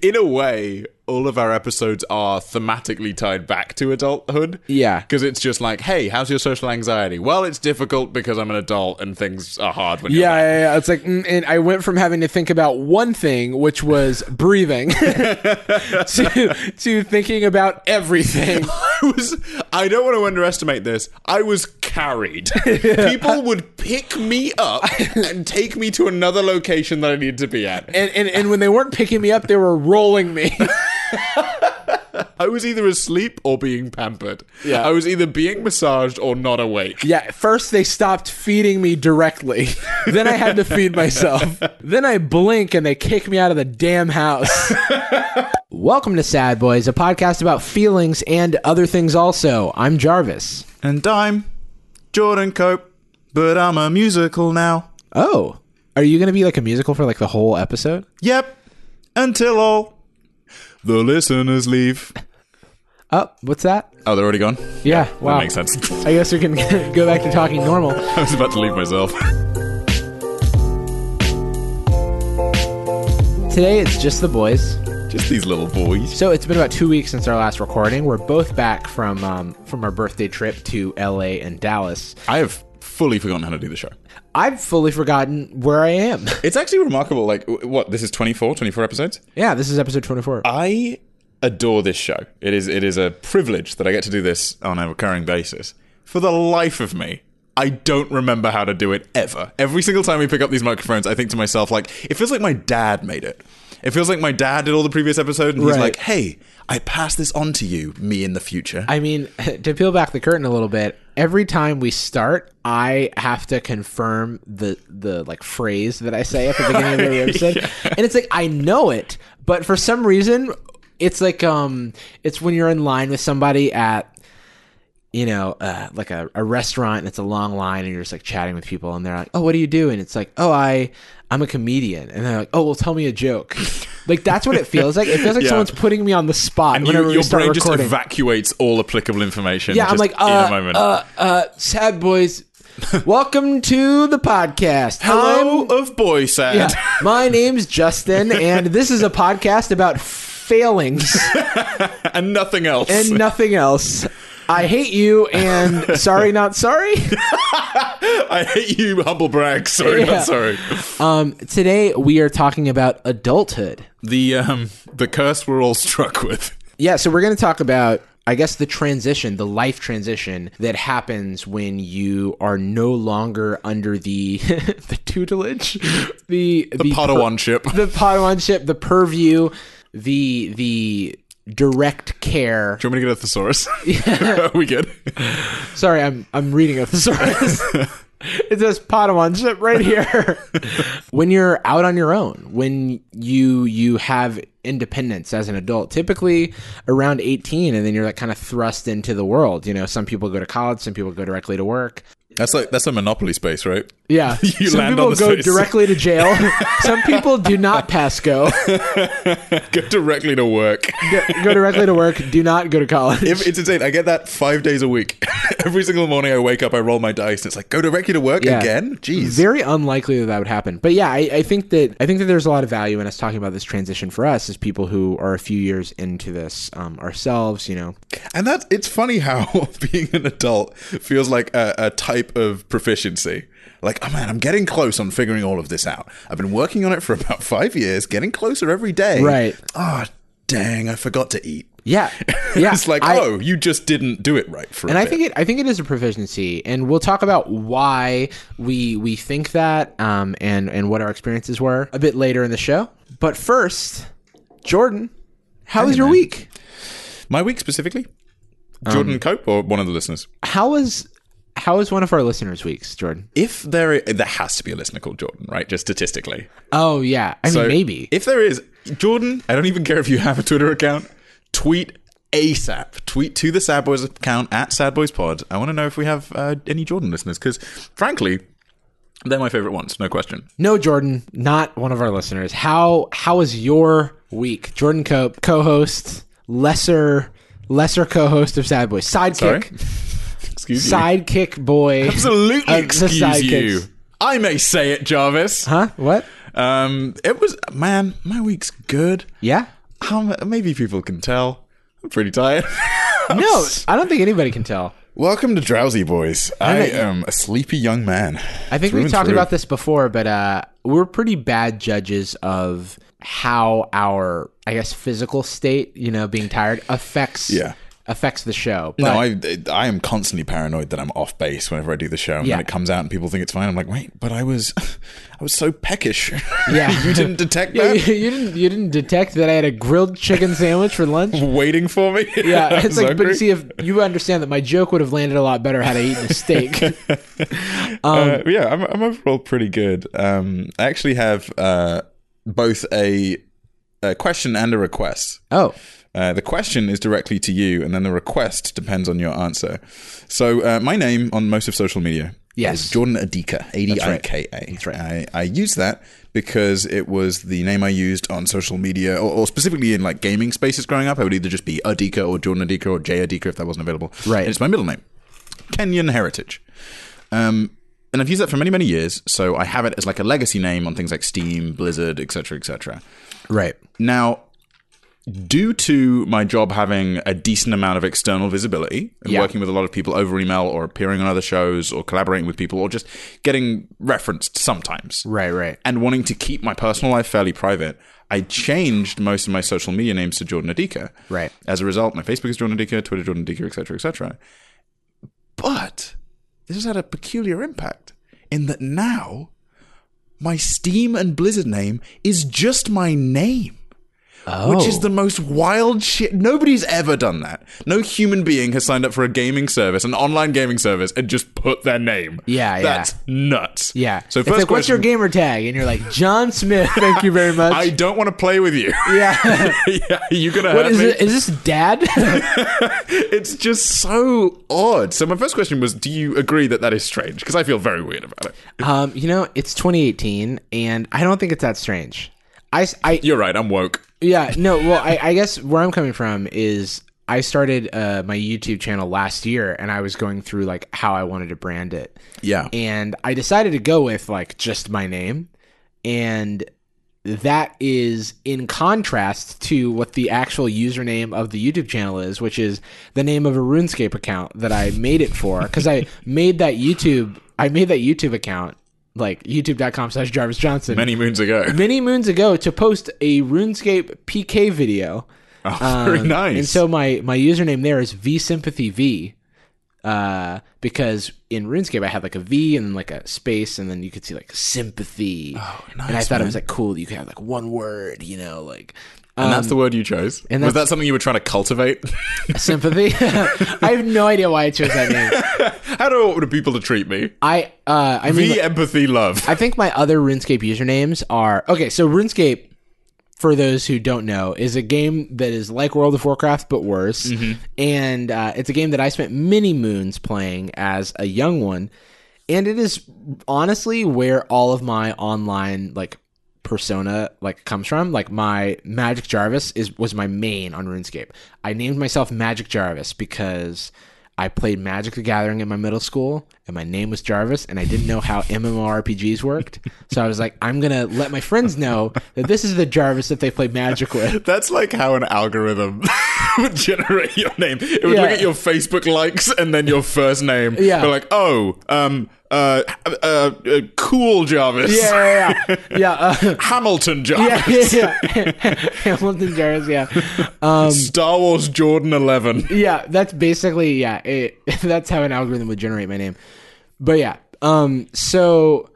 in a way, all of our episodes are thematically tied back to adulthood. Yeah. Because it's just like, hey, how's your social anxiety? Well, it's difficult because I'm an adult and things are hard when you're Yeah, that. yeah, yeah. It's like, mm, and I went from having to think about one thing, which was breathing, to, to thinking about everything. I was I don't want to underestimate this. I was carried. People would pick me up and take me to another location that I needed to be at. And, and, and when they weren't picking me up, they were rolling me. I was either asleep or being pampered. Yeah. I was either being massaged or not awake. Yeah, first they stopped feeding me directly. then I had to feed myself. Then I blink and they kick me out of the damn house. Welcome to Sad Boys, a podcast about feelings and other things also. I'm Jarvis. And I'm Jordan Cope, but I'm a musical now. Oh, are you going to be like a musical for like the whole episode? Yep, until all. The listeners leave. Oh, what's that? Oh, they're already gone? Yeah, wow. That makes sense. I guess we can go back to talking normal. I was about to leave myself. Today it's just the boys. Just these little boys. So it's been about two weeks since our last recording. We're both back from um, from our birthday trip to LA and Dallas. I have fully forgotten how to do the show. I've fully forgotten where I am. It's actually remarkable. Like, w- what? This is 24, 24 episodes? yeah, this is episode 24. I adore this show. It is it is a privilege that I get to do this on a recurring basis. For the life of me, I don't remember how to do it ever. Every single time we pick up these microphones, I think to myself like, it feels like my dad made it. It feels like my dad did all the previous episodes, and Right. he's like, "Hey, I pass this on to you, me in the future." I mean, to peel back the curtain a little bit, every time we start, I have to confirm the the like phrase that I say at the beginning of every episode, and it's like I know it, but for some reason, it's like um, it's when you're in line with somebody at you know, uh, like a, a restaurant and it's a long line and you're just like chatting with people and they're like, oh, what do you do? And it's like, oh, I, I'm a comedian. And they're like, oh, well, tell me a joke. like, that's what it feels like. It feels like Yeah. someone's putting me on the spot And you- whenever your we start brain just recording. evacuates all applicable information. yeah, I'm just like, in uh, a moment. uh, uh, sad boys, welcome to the podcast. Hello I'm- of boy sad. um, yeah, my name's Justin and this is a podcast about failings and nothing else. and nothing else. I hate you and sorry, not sorry. I hate you, humble brag. Sorry, Yeah. not sorry. Um, today we are talking about adulthood. the um the curse we're all struck with. Yeah, so we're going to talk about, I guess, the transition, the life transition that happens when you are no longer under the the tutelage, the the, Padawanship. per- the Padawanship, the purview, the the direct care. Do you want me to get a thesaurus? Are we good? Sorry, I'm I'm reading a thesaurus. it says Padawanship right here. when you're out on your own, when you you have independence as an adult, typically around 18 and then you're like kind of thrust into the world, you know, some people go to college, some people go directly to work. That's like that's a monopoly space, right? Yeah. You some land people on the go space. directly to jail. some people do not pass go. Go directly to work. Go go directly to work, do not go to college. If- It's insane. I get that five days a week. Every single morning I wake up, I roll my dice, and it's like, go directly to work Yeah. again? Jeez. very unlikely that that would happen but yeah I, I think that i think that there's a lot of value in us talking about this transition for us as people who are a few years into this um, ourselves you know And that's it's funny how being an adult feels like a, a type of proficiency. Like, oh man, I'm getting close on figuring all of this out. I've been working on it for about five years, getting closer every day. Right. Oh, dang, I forgot to eat. yeah yeah it's like, I- oh, you just didn't do it right for a and I bit. think it, I think it is a proficiency, and we'll talk about why we we think that, um, and and what our experiences were a bit later in the show. But first, Jordan, how was your week? My week specifically? Jordan Um, Cope or one of the listeners? How was how was one of our listeners' weeks, Jordan? If there i- there has to be a listener called Jordan, right? Just statistically. Oh yeah, I So mean maybe If there is, Jordan, I don't even care if you have a Twitter account, tweet ASAP. Tweet to the Sad Boys account at Sad Boys Pod. I want to know if we have uh, any Jordan listeners because, frankly, they're my favorite ones, no question. No, Jordan, not one of our listeners. How how was your week, Jordan Cope, co-host, lesser lesser co-host of Sad Boy, Sorry? sidekick, Excuse me. sidekick boy, Absolutely Uh, the excuse you. sidekicks. I may say it, Jarvis. huh? What? Um, it was man, my week's good. Yeah, How m- maybe people can tell. I'm pretty tired. No, I don't think anybody can tell. Welcome to Drowsy Boys. I Haven't- am a sleepy young man. I think Through we and talked through. about this before, but uh, we're pretty bad judges of how our, I guess, physical state, you know, being tired affects Yeah. affects the show. But No, I I am constantly paranoid that I'm off base whenever I do the show, and Yeah. then it comes out and people think it's fine. I'm like, wait, but I was, I was so peckish. Yeah. you didn't detect Yeah, that. you, you didn't you didn't detect that I had a grilled chicken sandwich for lunch. Waiting for me. Yeah, it's I was like, but hungry. you see, if you understand that my joke would have landed a lot better had I eaten a steak. Uh, yeah, I'm, I'm overall pretty good. Um, I actually have uh, both a, a question and a request. oh, Uh, the question is directly to you, and then the request depends on your answer. So, uh, my name on most of social media Yes. is Jordan Adika, A D I K A. That's right. I, I use that because it was the name I used on social media, or, or specifically in like gaming spaces growing up. I would either just be Adika or Jordan Adika or J Adika if that wasn't available. Right. And it's my middle name, Kenyan heritage. Um, and I've used that for many, many years. So I have it as like a legacy name on things like Steam, Blizzard, etc., etc. right. Now, due to my job having a decent amount of external visibility and Yeah. working with a lot of people over email or appearing on other shows or collaborating with people or just getting referenced sometimes Right, right. and wanting to keep my personal life fairly private, I changed most of my social media names to Jordan Adika. Right. As a result, my Facebook is Jordan Adika, Twitter Jordan Adika, etc., etc. But this has had a peculiar impact in that now my Steam and Blizzard name is just my name. Which Oh. is the most wild shit. Nobody's ever done that. No human being has signed up for a gaming service, an online gaming service, and just put their name. Yeah, yeah. That's nuts. Yeah. So it's first like, question, what's your gamer tag? And you're like, John Smith. Thank you very much. I don't want to play with you. yeah. yeah, you gonna what hurt is me? it? Is this dad? It's just so odd. So my first question was, do you agree that that is strange? Because I feel very weird about it. um, you know, it's 2018, and I don't think it's that strange. I, s- I- You're right. I'm woke. yeah, no, well, I, I guess where I'm coming from is I started uh, my YouTube channel last year, and I was going through like how I wanted to brand it. Yeah. and I decided to go with like just my name, and that is in contrast to what the actual username of the YouTube channel is, which is the name of a RuneScape account that I made it for because I made that YouTube I made that YouTube account like youtube.com slash Jarvis Johnson Many moons ago. many moons ago to post a RuneScape PK video. Oh, very Um, nice. And so my my username there is V Sympathy V, uh, because in RuneScape I had like a V and then like a space and then you could see like sympathy. Oh, nice, and I thought it was like cool. that You could have like one word, you know, like uh, and that's the word you chose. um, and was that's- that something you were trying to cultivate? sympathy. I have no idea why I chose that name. How do I want people to treat me? I uh, I mean, The empathy, love. I think my other RuneScape usernames are okay. So RuneScape, for those who don't know, is a game that is like World of Warcraft but worse, and uh, it's a game that I spent many moons playing as a young one, and it is honestly where all of my online like persona like comes from like my magic jarvis is was my main on runescape i named myself magic jarvis because i played magic the gathering in my middle school and my name was jarvis and i didn't know how mmorpgs worked so i was like i'm gonna let my friends know that this is the jarvis that they play magic with That's like how an algorithm would generate your name. It would Yeah. look at your Facebook likes and then your first name. Yeah. Be like, oh, um, uh, uh, uh, cool Jarvis. yeah yeah yeah yeah, uh, Hamilton Jarvis. yeah, yeah, yeah. hamilton jarvis yeah Star Wars Jordan 11. yeah, that's basically yeah. It, that's how an algorithm would generate my name. But yeah, um, so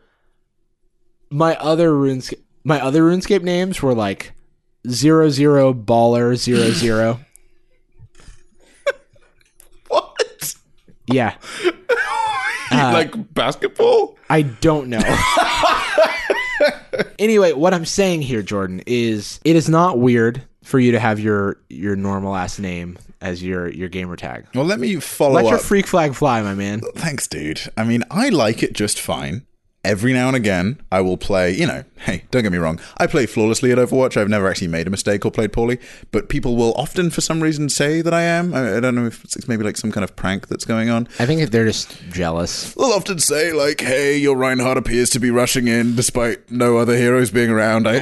my other runes, my other RuneScape names were like zero zero baller zero zero. What? yeah, Uh, like basketball? I don't know. anyway, what I'm saying here, Jordan, is it is not weird for you to have your your normal ass name as your your gamer tag. Well, let me follow uh, Let your freak flag fly, my man. Thanks, dude. I mean, I like it just fine. Every now and again, I will play, you know, hey, don't get me wrong, I play flawlessly at Overwatch. I've never actually made a mistake or played poorly, but people will often, for some reason, say that I am. I, I don't know if it's it's maybe like some kind of prank that's going on. I think they're just jealous. They'll often say, like, hey, your Reinhardt appears to be rushing in despite no other heroes being around. Oh I,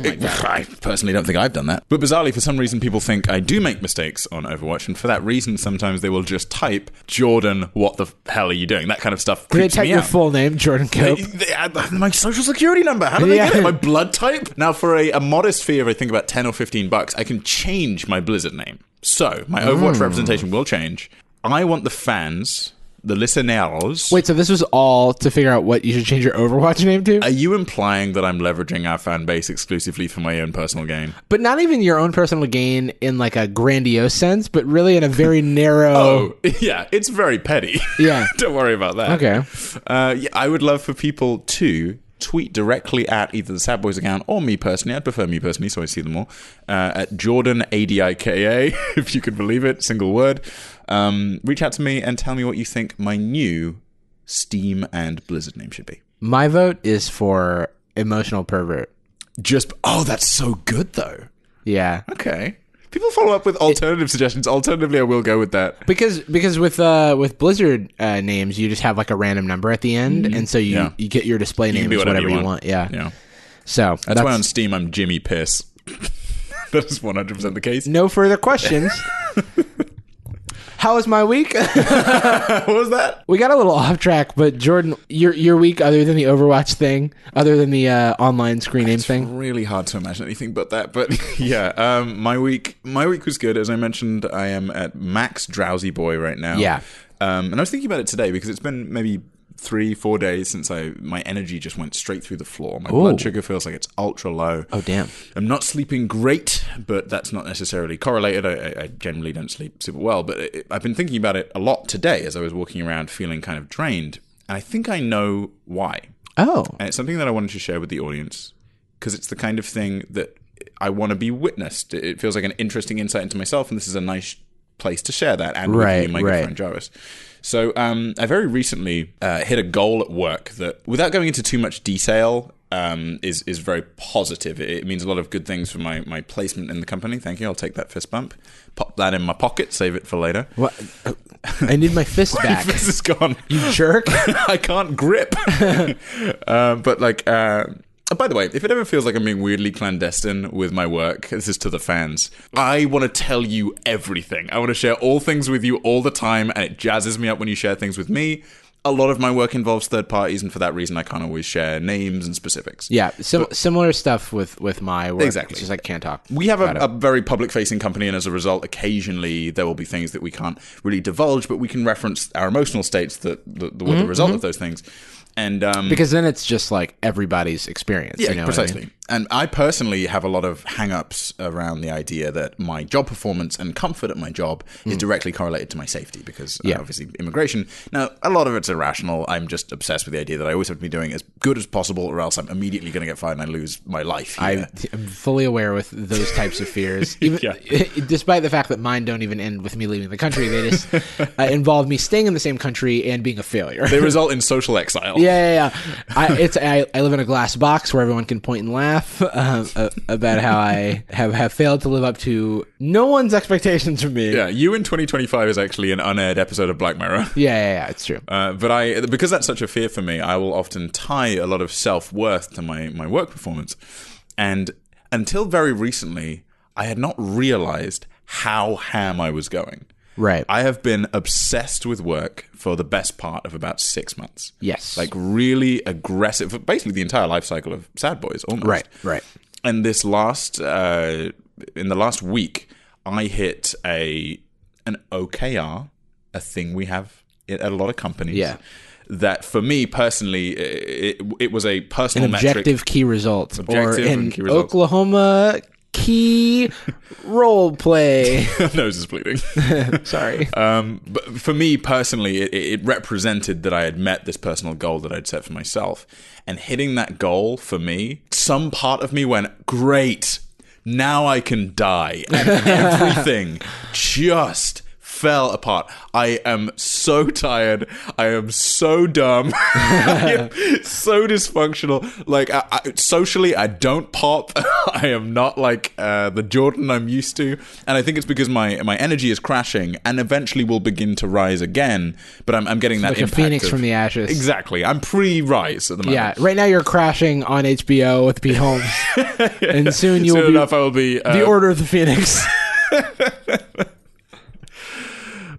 I personally don't think I've done that. But bizarrely, for some reason, people think I do make mistakes on Overwatch, and for that reason, sometimes they will just type, Jordan, what the hell are you doing? That kind of stuff. Did they creeps type me your out. full name, Jordan Cope? They- they add my social security number. How do they Yeah. get it? My blood type. Now, for a, a modest fee of I think about ten or fifteen bucks, I can change my Blizzard name. So my Overwatch Hmm. representation will change. I want the fans, the listeners. Wait, so this was all to figure out what you should change your Overwatch name to? Are you implying that I'm leveraging our fan base exclusively for my own personal gain? but not even your own personal gain in like a grandiose sense, but really in a very narrow. Oh, yeah, it's very petty. Yeah. Don't worry about that. Okay. Uh, yeah, I would love for people to tweet directly at either the Sad Boys account or me personally. I'd prefer me personally, so I see them all. Uh, at Jordan ADIKA, if you can believe it, single word. Um, reach out to me and tell me what you think my new Steam and Blizzard name should be. My vote is for emotional pervert. Just, oh, that's so good though. Yeah. Okay. People follow up with alternative suggestions. Alternatively, I will go with that. Because because with uh with Blizzard uh, names you just have like a random number at the end and so you, Mm-hmm. Yeah. you get your display name be is whatever whatever you you want. want. Yeah. Yeah. So that's, That's why on Steam I'm Jimmy Piss. that is 100% the case. no further questions. How was my week? What was that? we got a little off track, but Jordan, your your week other than the Overwatch thing, other than the uh, online screen name thing. Really hard to imagine anything but that. But yeah, um, my week my week was good. As I mentioned, I am at max drowsy boy right now. Yeah. Um, and I was thinking about it today because it's been maybe three, four days since I my energy just went straight through the floor. My blood sugar feels like it's ultra low. Oh damn. I'm not sleeping great, but that's not necessarily correlated. I, I- I generally don't sleep super well, but it, I've been thinking about it a lot today as I was walking around feeling kind of drained. And I think I know why. Oh. And it's something that I wanted to share with the audience because it's the kind of thing that I want to be witnessed. It- It feels like an interesting insight into myself, and this is a nice place to share that and with Right, you, my right. good friend Jarvis. So um, I very recently uh, hit a goal at work that, without going into too much detail, um, is is very positive. It, it means a lot of good things for my my placement in the company. Thank you. I'll take that fist bump, pop that in my pocket, save it for later. What? I need my fist back. This is gone. Jerk. I can't grip. uh, but like, uh, by the way, if it ever feels like I'm being weirdly clandestine with my work, this is to the fans. I want to tell you everything. I want to share all things with you all the time, and it jazzes me up when you share things with me. A lot of my work involves third parties, and for that reason, I can't always share names and specifics. Yeah, sim- similar stuff with with my work. Exactly. It's just like can't talk. we have a, a very public facing company and as a result occasionally there will be things that we can't really divulge but we can reference our emotional states that the, the, were the result of those things and um, because then it's just like everybody's experience. you know what I mean? precisely. And I personally have a lot of hang-ups around the idea that my job performance and comfort at my job is directly correlated to my safety because uh, Hmm. Yeah. obviously immigration. Now, a lot of it's irrational. I'm just obsessed with the idea that I always have to be doing as good as possible or else I'm immediately going to get fired and I lose my life. here. I, am fully aware with those types of fears, even, Yeah. despite the fact that mine don't even end with me leaving the country. They just uh, involve me staying in the same country and being a failure. they result in social exile. Yeah, yeah, yeah. I, it's I, I live in a glass box where everyone can point and laugh um, uh, about how I have, have failed to live up to no one's expectations of me. Yeah, you in 2025 is actually an unaired episode of Black Mirror. yeah, yeah, yeah, it's true. Uh, but I, because that's such a fear for me, I will often tie a lot of self worth to my my work performance, and until very recently, I had not realized how ham I was going. Right. I have been obsessed with work for the best part of about six months. Yes. like really aggressive, basically the entire life cycle of Sad Boys, almost. Right, right. And this last, uh, in the last week, I hit a an OKR, a thing we have at a lot of companies. Yeah. That for me personally, it, it was a personal metric. objective key results Objective or and in key results. Oklahoma key role play. Nose is bleeding. Sorry. Um, but for me personally, it, it represented that I had met this personal goal that I'd set for myself. And hitting that goal for me, some part of me went, great, now I can die. And everything just fell apart. I am so tired. I am so dumb. I am so dysfunctional. Like I, I, socially, I don't pop. I am not like uh, the Jordan I'm used to, and I think it's because my my energy is crashing, and eventually will begin to rise again. But I'm, I'm getting that Like a impact phoenix of- from the ashes. Exactly. I'm pre-rise at the moment. Yeah, right now you're crashing on HBO with Pete Holmes, and soon you Soon will be enough, I will be uh, the Order of the Phoenix.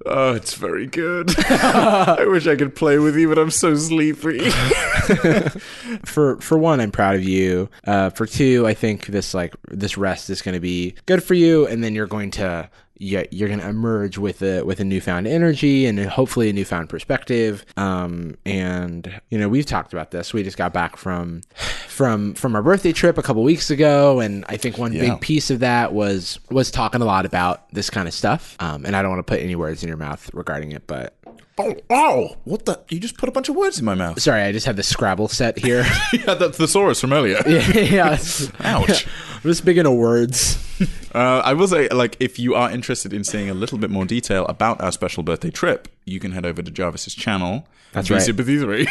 Oh, it's very good. I wish I could play with you, but I'm so sleepy. for for one, I'm proud of you. Uh, for two, I think this like this rest is going to be good for you, and then you're going to yeah you're going to emerge with a with a newfound energy and hopefully a newfound perspective. Um, and you know we've talked about this. We just got back from from from our birthday trip a couple weeks ago, and I think one big piece of that was was talking a lot about this kind of stuff. Um, and I don't want to put any words in your mouth regarding it, but oh, wow. What the? You just put a bunch of words in my mouth. sorry, I just have the Scrabble set here. yeah, that thesaurus from earlier. yeah, it's- Ouch. I'm just big into words. Uh, I will say, like, if you are interested in seeing a little bit more detail about our special birthday trip, you can head over to Jarvis's channel, That's Be right. Sympathy 3,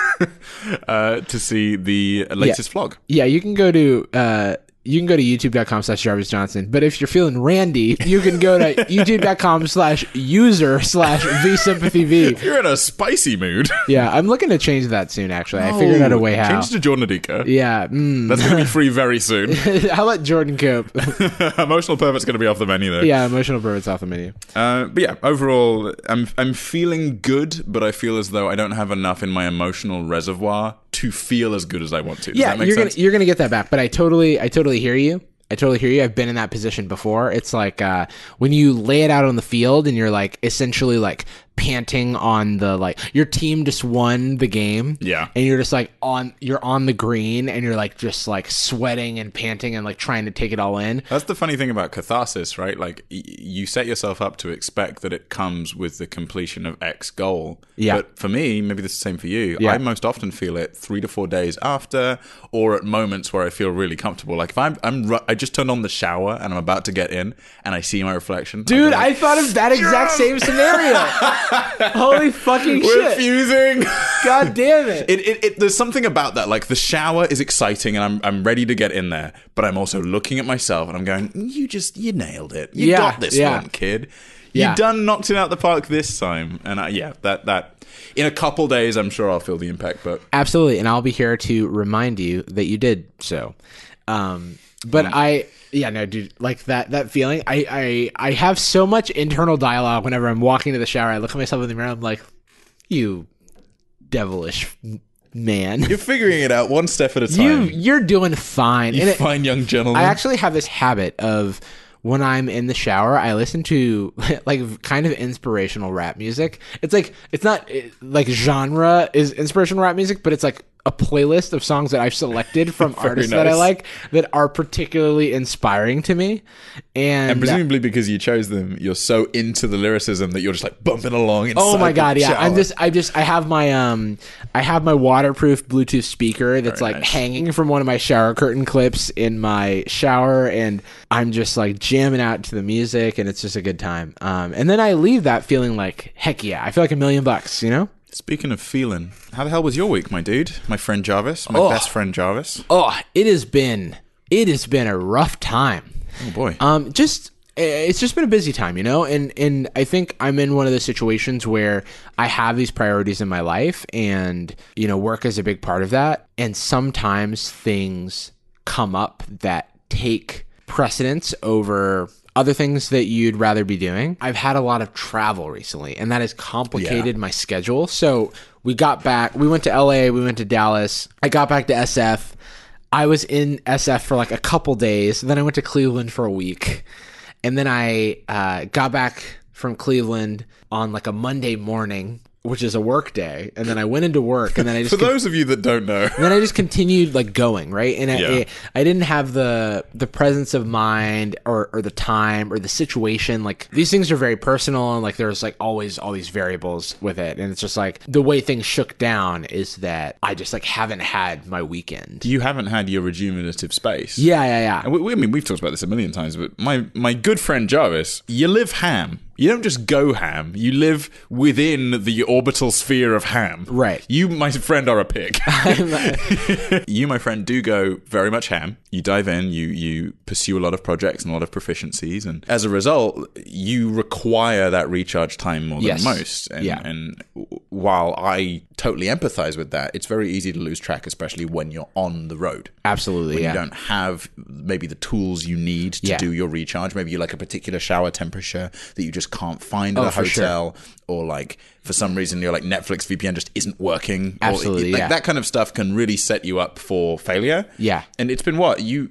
uh, to see the latest vlog. Yeah, you can go to uh, you can go to youtube.com slash Jarvis Johnson. But if you're feeling randy, you can go to youtube.com slash user slash V sympathy V. You're in a spicy mood. Yeah, I'm looking to change that soon actually. I figured out a way how. Change to Jordan Adika. yeah. Mm. That's going to be free very soon. I'll let Jordan cope. Emotional Pervert's going to be off the menu, though. yeah, emotional birds off the menu. Uh, but yeah, overall, I'm I'm feeling good, but I feel as though I don't have enough in my emotional reservoir to feel as good as I want to. Does Yeah, that make you're sense? gonna you're gonna get that back. But I totally I totally hear you. I totally hear you. I've been in that position before. It's like uh, when you lay it out on the field and you're like essentially like panting on the like your team just won the game. Yeah. And you're just like on you're on the green and you're like just like sweating and panting and like trying to take it all in. That's the funny thing about catharsis, right? Like y- you set yourself up to expect that it comes with the completion of X goal. Yeah. But for me, maybe this is the same for you. Yeah. I most often feel it three to four days after, or at moments where I feel really comfortable. Like if I'm I'm ru- I just turned on the shower and I'm about to get in, and I see my reflection, I'll be Dude, like, I thought of that exact same scenario. Holy fucking we're shit. fusing. God damn it. It, it, it, there's something about that. Like the shower is exciting, and I'm I'm ready to get in there, but I'm also looking at myself, and I'm going, "You just you nailed it. You Yeah, got this yeah. one, kid. Yeah. You done knocked it out the park this time." And I, yeah, that that in a couple days, I'm sure I'll feel the impact. But Absolutely, and I'll be here to remind you that you did so. Um, but I, yeah, no, dude, like that that feeling. I, I I have so much internal dialogue whenever I'm walking to the shower. I look at myself in the mirror. I'm like, you devilish man. you're figuring it out one step at a You time. you're doing fine. You, And it- fine young gentleman. I actually have this habit of when I'm in the shower, I listen to like kind of inspirational rap music. It's like it's not eh, like genre is inspirational rap music, but it's like a playlist of songs that I've selected from artists that I nice. like that are particularly inspiring to me. And, Presumably because you chose them, you're so into the lyricism that you're just like bumping along. Inside Oh my the god, yeah. I'm shower. just I just I have my um I have my waterproof Bluetooth speaker that's like nice. hanging from one of my shower curtain clips in my shower and I'm just like jamming out to the music and it's just a good time. Um and then I leave that feeling like heck yeah, I feel like a million bucks, you know? Speaking of feeling, how the hell was your week, my dude? My friend Jarvis, my best friend Jarvis. Oh, it has been it has been a rough time. Oh boy. Um, just it's just been a busy time, you know, and and I think I'm in one of those situations where I have these priorities in my life, and you know, work is a big part of that. And sometimes things come up that take precedence over other things that you'd rather be doing. I've had a lot of travel recently, and that has complicated my schedule. So we got back, we went to LA, we went to Dallas. I got back to SF. I was in SF for like a couple days. Then I went to Cleveland for a week. And then I uh, got back from Cleveland on like a Monday morning, which is a work day. And then I went into work and then I just For those of you that don't know, and then I just continued like going right, and I, Yeah. I, I didn't have the the presence of mind or or the time or the situation. Like these things are very personal, and like there's like always all these variables with it, and it's just like the way things shook down is that I just like haven't had my weekend. you haven't had your remunerative space. Yeah, yeah, yeah. And we, we, I mean, we've talked about this a million times, but my, my good friend Jarvis, you live ham. You don't just go ham. You live within the orbital sphere of ham. Right. You, my friend, are a pig. you, my friend, do go very much ham. You dive in. You you pursue a lot of projects and a lot of proficiencies, and as a result, you require that recharge time more Yes. than most. And, Yeah. and w- while I totally empathize with that, it's very easy to lose track, especially when you're on the road. Absolutely. yeah. You don't have maybe the tools you need to Yeah. do your recharge. Maybe you like a particular shower temperature that you just can't find at a Oh, for sure. hotel, or like for some reason your like Netflix VPN just isn't working. Absolutely, or, like yeah. that kind of stuff can really set you up for failure. Yeah. and it's been what you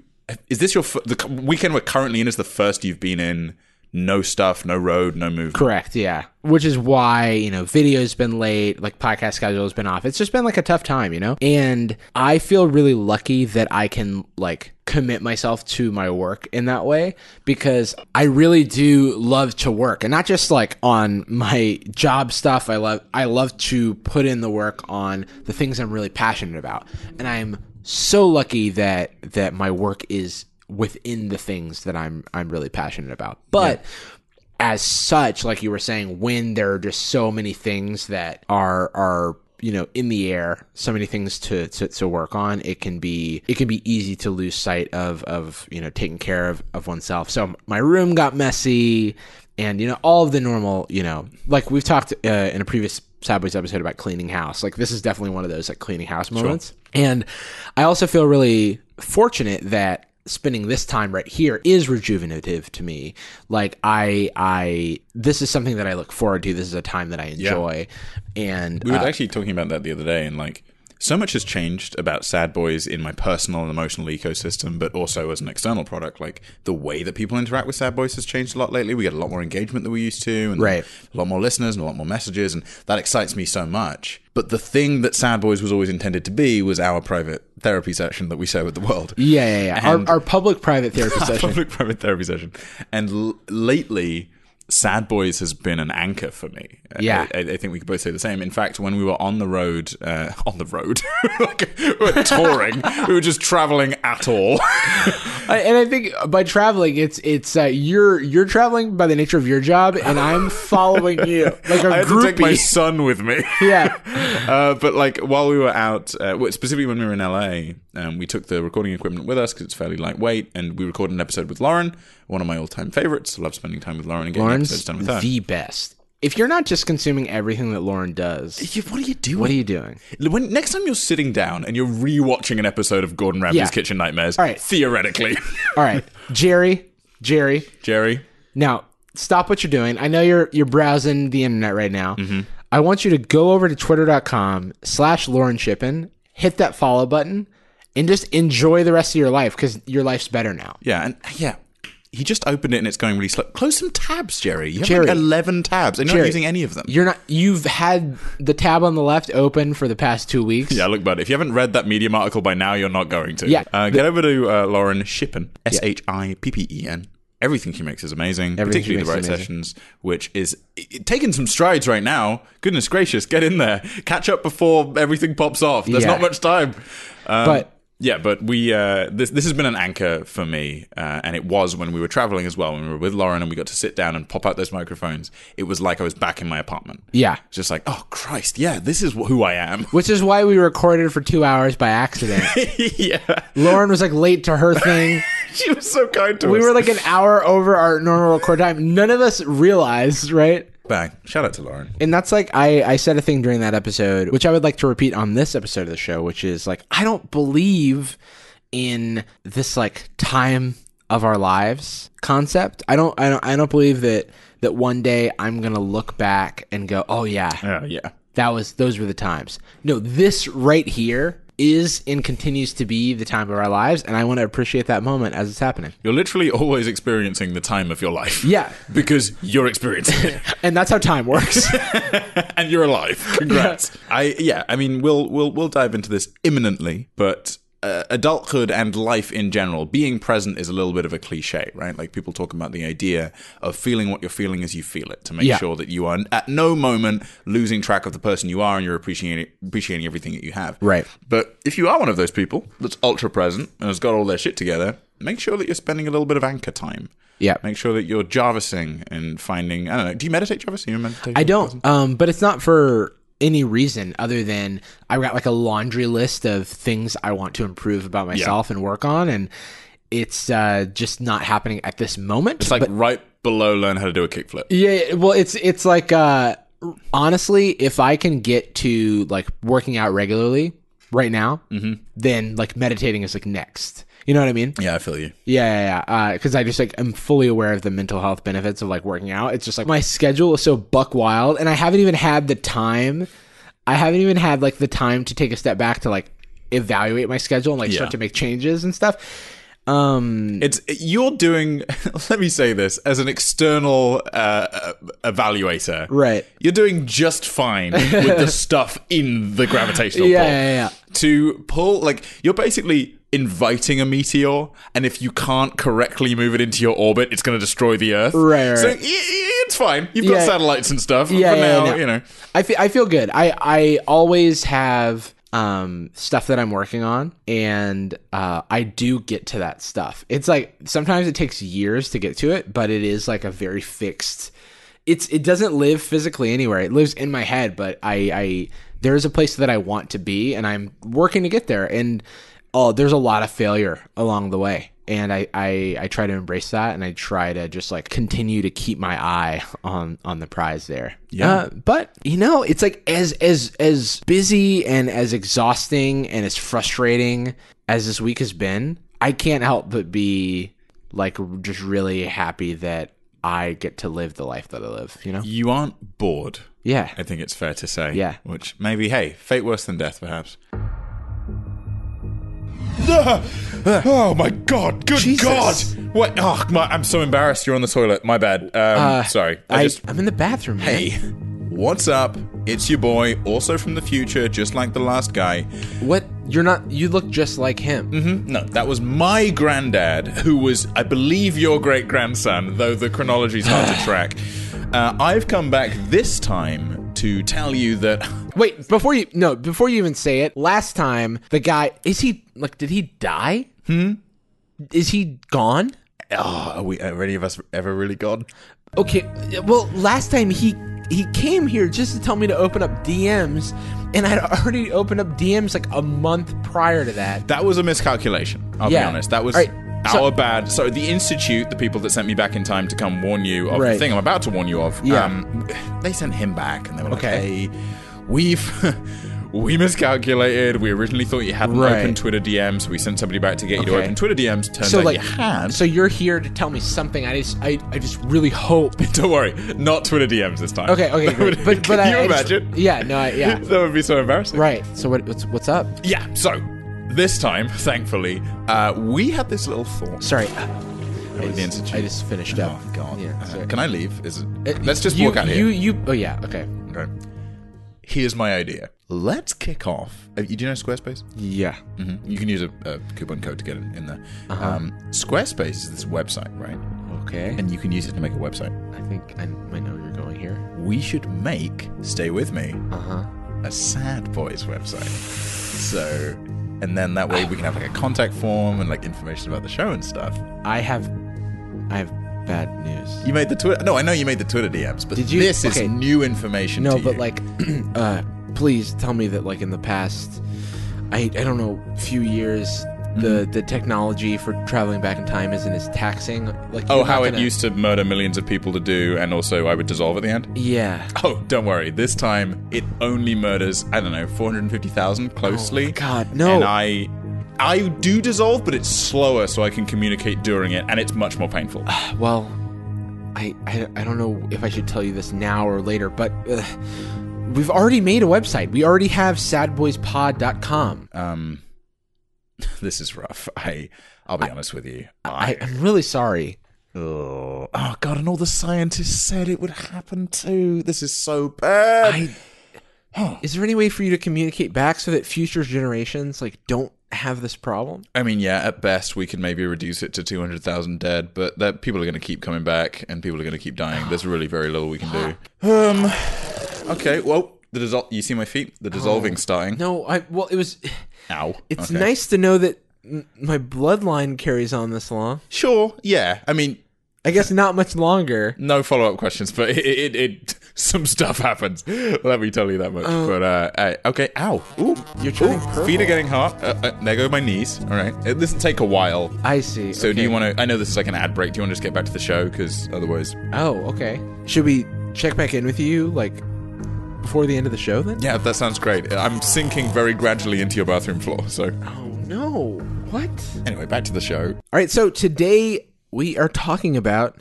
is this your f- the c- weekend we're currently in is the first you've been in. No stuff, no road, no movement. Correct, yeah. Which is why, you know, video's been late, like podcast schedule's been off. It's just been like a tough time, you know? And I feel really lucky that I can like commit myself to my work in that way because I really do love to work and not just like on my job stuff. I love I love to put in the work on the things I'm really passionate about. And I'm so lucky that that my work is within the things that I'm I'm really passionate about. But as such, like you were saying, when there are just so many things that are are you know in the air, so many things to, to to work on, it can be it can be easy to lose sight of of you know taking care of of oneself. So my room got messy, and you know all of the normal you know like we've talked uh, in a previous Sideways episode about cleaning house. Like this is definitely one of those like cleaning house moments. And I also feel really fortunate that spending this time right here is rejuvenative to me. Like I I this is something that I look forward to. This is a time that I enjoy. And We uh, were actually talking about that the other day, and like so much has changed about Sad Boys in my personal and emotional ecosystem, but also as an external product. Like the way that people interact with Sad Boys has changed a lot lately. We get a lot more engagement than we used to, and Right. a lot more listeners and a lot more messages, and that excites me so much. But the thing that Sad Boys was always intended to be was our private therapy session that we share with the world yeah, yeah, yeah. Our, And- our public private therapy session. public private therapy session. And l- lately, Sad Boys has been an anchor for me. I- Yeah. I, I think we could both say the same. In fact, when we were on the road, uh, on the road, like, we were touring, we were just traveling at all. I- and I think by traveling, it's it's uh, you're you're traveling by the nature of your job, and I'm following you like a I had to take my groupie. son with me. yeah, uh, but like while we were out, uh, well, specifically when we were in LA, um, we took the recording equipment with us because it's fairly lightweight, and we recorded an episode with Lauren, one of my all-time favorites. Love spending time with Lauren and getting episodes Lauren's done with her. the best. If you're not just consuming everything that Lauren does, Yeah, what are you doing? what are you doing? When next time you're sitting down and you're rewatching an episode of Gordon Ramsay's Yeah. Kitchen Nightmares, All right. theoretically, All right, Jerry, Jerry, Jerry, Now, stop what you're doing. I know you're you're browsing the internet right now. I want you to go over to twitter.com slash Lauren Shippen, hit that follow button, and just enjoy the rest of your life because your life's better now. yeah, and yeah, he just opened it and it's going really slow. Close some tabs, Jerry. You have Jerry. like eleven tabs, and you're not Jerry. using any of them. You're not you've had the tab on the left open for the past two weeks. yeah, look, bud. If you haven't read that Medium article by now, you're not going to. Yeah. Uh, get over to uh, Lauren Shippen, S H I P P E N. Everything she makes is amazing, Everything she particularly the makes right is amazing. sessions, which is i- i- taking some strides right now. Goodness gracious, get in there, catch up before everything pops off. There's Yeah. not much time. Um, But yeah, but we uh, this this has been an anchor for me, uh, and it was when we were traveling as well. When we were with Lauren and we got to sit down and pop out those microphones, it was like I was back in my apartment. Yeah. It's just like oh Christ, yeah, this is wh- who I am. which is why we recorded for two hours by accident. yeah, Lauren was like late to her thing. she was so kind to We us. were like an hour over our normal record time. None of us realized, right? bang. Shout out to Lauren. And that's like I, I said a thing during that episode, which I would like to repeat on this episode of the show, which is like I don't believe in this like time of our lives concept. I don't I don't I don't believe that that one day I'm gonna look back and go, Oh yeah, Yeah, yeah. that was those were the times. No, this right here is and continues to be the time of our lives, and I want to appreciate that moment as it's happening. You're literally always experiencing the time of your life. Yeah. because you're experiencing it. And that's how time works. and you're alive. Congrats. I yeah, I mean we'll we'll we'll dive into this imminently, but uh, adulthood and life in general, being present is a little bit of a cliche, right? Like people talk about the idea of feeling what you're feeling as you feel it to make Yeah. sure that you are at no moment losing track of the person you are and you're appreciating appreciating everything that you have. Right. But if you are one of those people that's ultra present and has got all their shit together, make sure that you're spending a little bit of anchor time. Yeah. Make sure that you're jarvising and finding. I don't know. Do you meditate, Jarvis? Are you a meditation I don't. Um, but it's not for any reason other than I've got like a laundry list of things I want to improve about myself and work on, and it's uh, just not happening at this moment. It's like right below learn how to do a kickflip. Yeah, well, it's it's like uh honestly, if I can get to like working out regularly right now, Mm-hmm. then like meditating is like next. You know what I mean? Yeah, I feel you. Yeah, yeah, yeah. Because I just like I'm fully aware of the mental health benefits of like working out. It's just like my schedule is so buck wild, and I haven't even had the time. I haven't even had like the time to take a step back to like evaluate my schedule and like Yeah. start to make changes and stuff. Um, It's you're doing. Let me say this as an external uh, evaluator. Right. You're doing just fine with the stuff in the gravitational Yeah, pull. yeah, yeah. To pull, like you're basically inviting a meteor, and if you can't correctly move it into your orbit, it's going to destroy the Earth. Right, right, So right. y- y- it's fine. You've got Yeah. satellites and stuff. For now, no. you know. I feel I feel good. I I always have um stuff that I'm working on and uh I do get to that stuff. It's like sometimes it takes years to get to it, but it is like a very fixed it's it doesn't live physically anywhere. It lives in my head, but I I there is a place that I want to be and I'm working to get there and oh there's a lot of failure along the way and I, I i try to embrace that and i try to just like continue to keep my eye on on the prize there yeah but you know it's like as as as busy and as exhausting and as frustrating as this week has been i can't help but be like just really happy that i get to live the life that i live you know You aren't bored. yeah I think it's fair to say. Yeah. Which maybe, hey, fate worse than death, perhaps. oh my god! Good Jesus. god! What? Oh, my, I'm so embarrassed. You're on the toilet. My bad. Um, sorry. I, Uh, I, just. i'm in the bathroom man. Hey, what's up? It's your boy, also from the future, just like the last guy. what you're not you look just like him No, that was my granddad, who was, I believe, your great grandson, though the chronology's hard to track. Uh, I've come back this time to tell you that. Wait, before you no, before you even say it, last time the guy is he like did he die? Hmm? Is he gone? Oh, are we are any of us ever really gone? Okay, well last time he he came here just to tell me to open up DMs and I'd already opened up DMs like a month prior to that. That was a miscalculation. I'll be Yeah. honest. That was Alright, so- our bad. So the institute, the people that sent me back in time to come warn you of the Right. thing I'm about to warn you of. Yeah. Um, they sent him back, and they were like, Okay. "Hey, we've." We miscalculated. We originally thought you hadn't Right. opened Twitter DMs. So we sent somebody back to get you to Okay. open Twitter DMs. Turns So out you like had. so you're here to tell me something. I just I, I just really hope. Don't worry, not Twitter DMs this time. Okay, okay, That great. would- But can but I, you I just- imagine? yeah, no, I, yeah. That would be so embarrassing. right. So what what's what's up? Yeah, so this time, thankfully, uh, we had this little thought. Sorry. the institute. I just finished up. Oh God! Yeah, Uh, sorry. can I leave? Is it? Uh, Let's just you, walk out you, here. You, oh yeah, okay. Okay. Here's my idea. Let's kick off. Uh, You do know Squarespace? Yeah. Mm-hmm. You can use a, a coupon code to get in, in there. Uh-huh. Um, Squarespace is this website, right? Mm, Okay. And you can use it to make a website. I think I might know where you're going here. We should make. Stay with me. Uh huh. a sad boys website. So, and then that way we can have like a contact form and like information about the show and stuff. I have, I have bad news. You made the Twitter. No, I know you made the Twitter DMs, but Did you- this okay. is new information. No, to but you. like, uh, please tell me that like in the past, I I don't know, few years. The, Mm-hmm. the technology for traveling back in time isn't as taxing. Like oh, you're how not it gonna- used to murder millions of people to do, and also I would dissolve at the end. Yeah. Oh, don't worry. This time it only murders. I don't know, four hundred fifty thousand closely. Oh, God, no. And I, I do dissolve, but it's slower, so I can communicate during it, and it's much more painful. Well, I, I I don't know if I should tell you this now or later, but uh, we've already made a website. We already have sadboyspod.com. um this is rough i i'll be honest with you I, I'm really sorry. oh, oh god and all the scientists said it would happen too this is so bad I is there any way for you to communicate back so that future generations like don't have this problem. I mean, yeah, at best we could maybe reduce it to 200,000 dead, but that people are going to keep coming back and people are going to keep dying. There's really very little we can do. Um okay, well, the dissol- you see my feet? The dissolving starting. Oh. No, I well, it was. Ow. It's Okay. nice to know that m- my bloodline carries on this long. Sure. Yeah. I mean, I guess not much longer. no follow up questions, but it, it, it, it some stuff happens. Let me tell you that much. Oh. but uh, I, okay, ow, ooh, You're turning feet are getting hot. Uh, uh, there go my knees. All right, it doesn't take a while. I see. So do you want to? I know this is like an ad break. Do you want to just get back to the show? Because otherwise, Oh, okay. Should we check back in with you like before the end of the show then? yeah, that sounds great. I'm sinking very gradually into your bathroom floor. So Oh no! What? anyway, back to the show. All right. So today we are talking about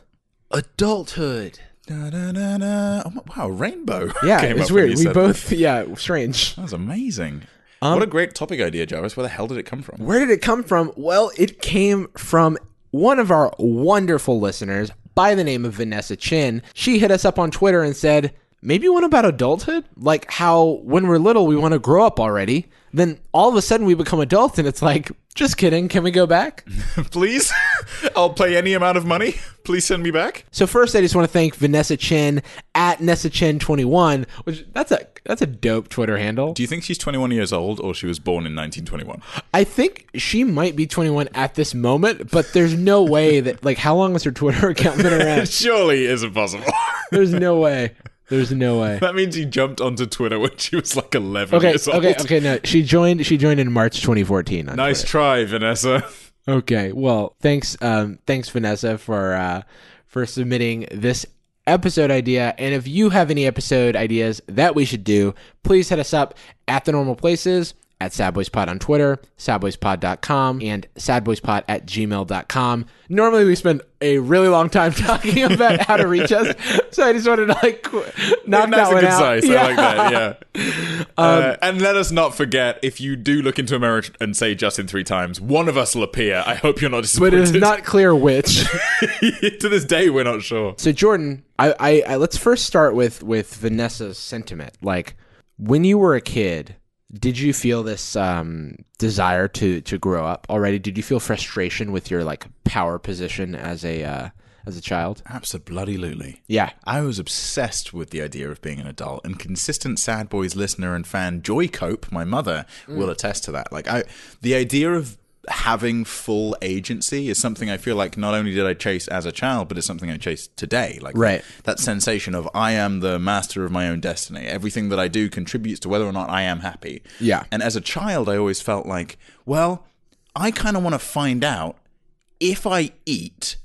adulthood. Da, da, da, da. Oh, my- wow, a rainbow. Yeah, came it's up when weird. you We said both. Um, Yeah, strange. That was amazing. what a great topic idea, Jarvis. Where the hell did it come from? Where did it come from? Well, it came from one of our wonderful listeners by the name of Vanessa Chin. She hit us up on Twitter and said, Maybe one about adulthood? Like how when we're little, we want to grow up already. Then all of a sudden, we become adults, and it's like, just kidding. Can we go back? Please, I'll pay any amount of money. Please send me back. So first, I just want to thank Vanessa Chin at Nessa Chin twenty one, which that's a that's a dope Twitter handle. Do you think she's 21 years old or she was born in 1921? I think she might be twenty one at this moment, but there's no way that like how long has her Twitter account been around? It surely is impossible. There's no way. There's no way. that means she jumped onto Twitter when she was like 11 Okay, years old. okay, okay. No, she joined. She joined in March 2014. On Nice try, Vanessa. Twitter. Okay. Well, thanks. Um, thanks, Vanessa, for uh, for submitting this episode idea. And if you have any episode ideas that we should do, please hit us up at the normal places at Sad Boys Pod on Twitter, sadboyspod.com, and sadboyspod at gmail.com. Normally, we spend a really long time talking about how to reach us, so I just wanted to like qu- knock nice that and one out. Um, concise. I like that. Yeah. Uh, and let us not forget if you do look into a mirror and say Justin three times, one of us will appear. I hope you're not but disappointed. it is not clear which. to this day, we're not sure. so Jordan, I, I, I let's first start with with Vanessa's sentiment. Like when you were a kid, did you feel this um, desire to to grow up already? Did you feel frustration with your like power position as a uh, as a child? Absolutely. Yeah. I was obsessed with the idea of being an adult, and consistent Sad Boys listener and fan Joy Cope, my mother, Mm. will attest to that. Like I, the idea of having full agency is something I feel like not only did I chase as a child, but it's something I chase today. Like Right. that sensation of I am the master of my own destiny. Everything that I do contributes to whether or not I am happy. Yeah. And as a child, I always felt like, well, I kind of want to find out if I eat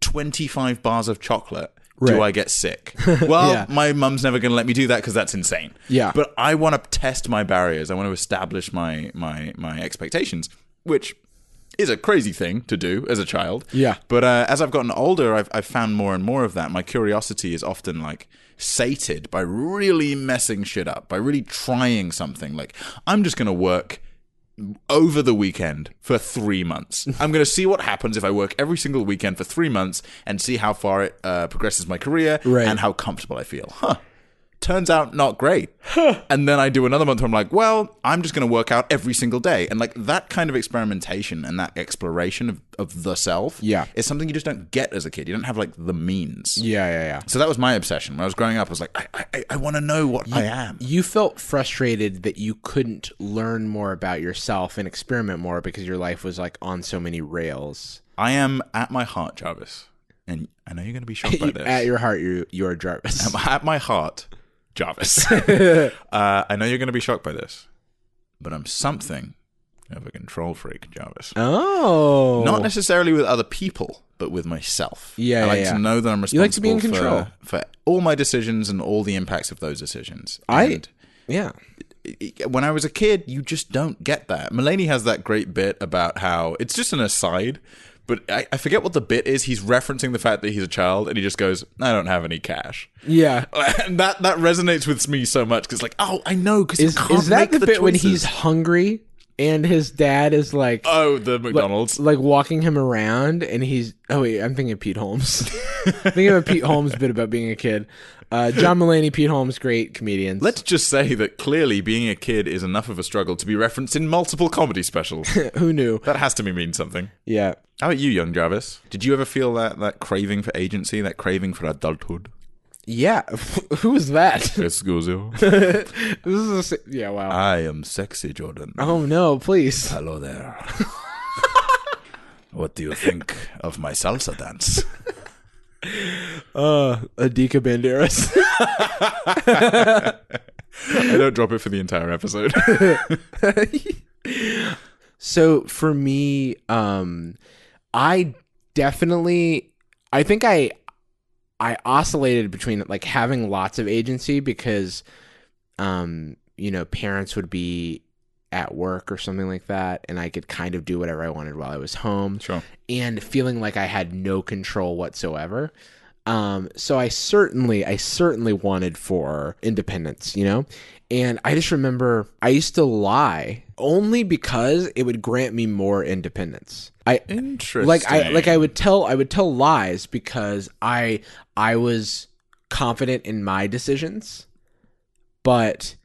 25 bars of chocolate, Right. do I get sick? Well, Yeah. my mum's never going to let me do that because that's insane. Yeah. But I want to test my barriers. I want to establish my my my expectations, which is a crazy thing to do as a child. Yeah. But uh, as I've gotten older, I've, I've found more and more of that. My curiosity is often like sated by really messing shit up, by really trying something. Like, I'm just going to work over the weekend for three months. I'm going to see what happens if I work every single weekend for three months and see how far it uh, progresses my career Right. and how comfortable I feel. Huh. Turns out not great. And then I do another month where I'm like, well, I'm just going to work out every single day. And like that kind of experimentation and that exploration of, of the self Yeah. is something you just don't get as a kid. You don't have like the means. Yeah. Yeah. Yeah. So that was my obsession. When I was growing up, I was like, I, I, I want to know what I am. You felt frustrated that you couldn't learn more about yourself and experiment more because your life was like on so many rails. I am at my heart, Jarvis. And I know you're going to be shocked by this. At your heart, you you're Jarvis. Um, at my heart, Jarvis. uh, I know you're going to be shocked by this, but I'm something of a control freak, Jarvis. Oh, Not necessarily with other people, but with myself. Yeah, I like yeah, yeah. to know that I'm responsible. You like to be in for- control. for, all my decisions and all the impacts of those decisions. I- And yeah. when I was a kid, you just don't get that. Mulaney has that great bit about how it's just an aside, but I, I forget what the bit is. He's referencing the fact that he's a child, and he just goes, "I don't have any cash." Yeah. and that that resonates with me so much because like oh i know because Is, is that the bit when he's hungry and his dad is like Oh, the McDonald's. like walking him around and he's oh wait i'm thinking of pete holmes thinking of a pete holmes bit about being a kid uh, john mullaney pete holmes great comedians Let's just say that clearly being a kid is enough of a struggle to be referenced in multiple comedy specials. who knew that has to be mean something. yeah How about you, young Jarvis? Did you ever feel that that craving for agency, that craving for adulthood? yeah who was that Excuse you. this is a, se- yeah wow I am sexy, Jordan. oh no please Hello there. what do you think of my salsa dance? uh adika banderas I don't drop it for the entire episode. So for me, um, I definitely, I think I, I oscillated between like having lots of agency because, um, you know, parents would be at work or something like that, and I could kind of do whatever I wanted while I was home sure. and feeling like I had no control whatsoever. Um, so I certainly, I certainly wanted for independence, you know? And I just remember I used to lie only because it would grant me more independence. I, Interesting. like I like I would tell I would tell lies because I I was confident in my decisions, but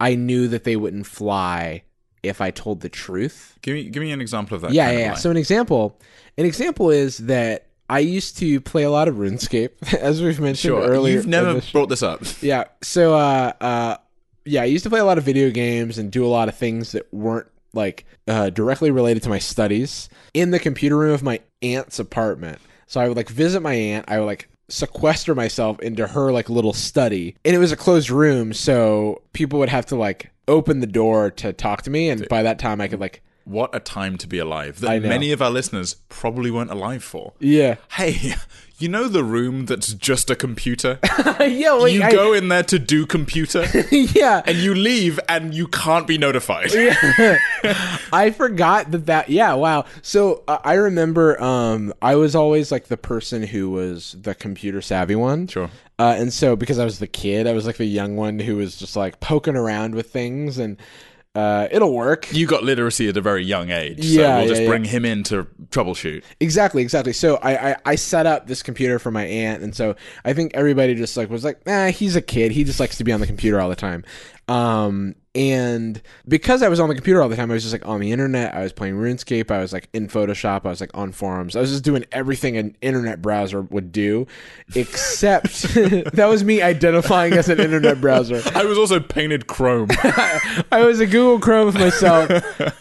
I knew that they wouldn't fly if I told the truth give me give me an example of that. yeah, kind yeah. of yeah. lie. So an example, an example is that I used to play a lot of RuneScape, as we've mentioned sure. earlier. You've in never the- brought this up. yeah. So, uh, uh, yeah, I used to play a lot of video games and do a lot of things that weren't like uh, directly related to my studies in the computer room of my aunt's apartment. So I would like visit my aunt. I would like sequester myself into her like little study, and it was a closed room, so people would have to like open the door to talk to me, and by that time I could like What a time to be alive I that know. many of our listeners probably weren't alive for. yeah Hey, you know the room that's just a computer? yeah wait, you I- go in there to do computer yeah. and you leave and you can't be notified. I forgot that that yeah, wow. So uh, I remember um I was always like the person who was the computer savvy one. Sure. Uh, and so because I was the kid, I was like the young one who was just like poking around with things and uh it'll work. You got literacy at a very young age, so Yeah, we'll just yeah, yeah. bring him in to troubleshoot. Exactly, exactly. So I, I I set up this computer for my aunt, and so I think everybody just like was like, nah, he's a kid. He just likes to be on the computer all the time. Um, and because I was on the computer all the time, I was just like on the internet. I was playing RuneScape. I was like in Photoshop. I was like on forums. I was just doing everything an internet browser would do, except that was me identifying as an internet browser. I was also painted chrome. I was a Google Chrome for myself.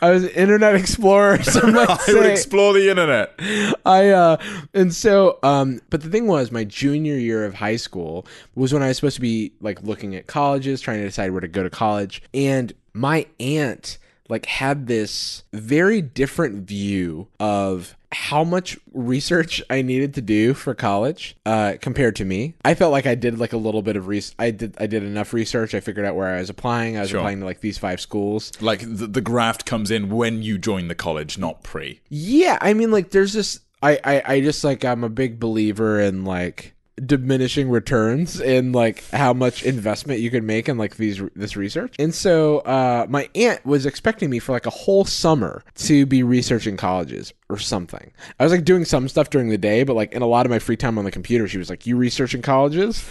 I was an Internet Explorer. So I would explore the internet. I uh and so um but the thing was my junior year of high school was when I was supposed to be like looking at colleges, trying to decide where to go to college. And my aunt like had this very different view of how much research I needed to do for college uh, compared to me. I felt like I did like a little bit of research. I did I did enough research. I figured out where I was applying. I was applying to like these five schools. Like the, the graft comes in when you join the college, not pre. Yeah, I mean, like, there's this. I, I, I just like I'm a big believer in like diminishing returns and like how much investment you can make in like these this research. And so, uh, my aunt was expecting me for like a whole summer to be researching colleges or something. I was like doing some stuff during the day, but like in a lot of my free time on the computer, she was like, "You researching colleges?"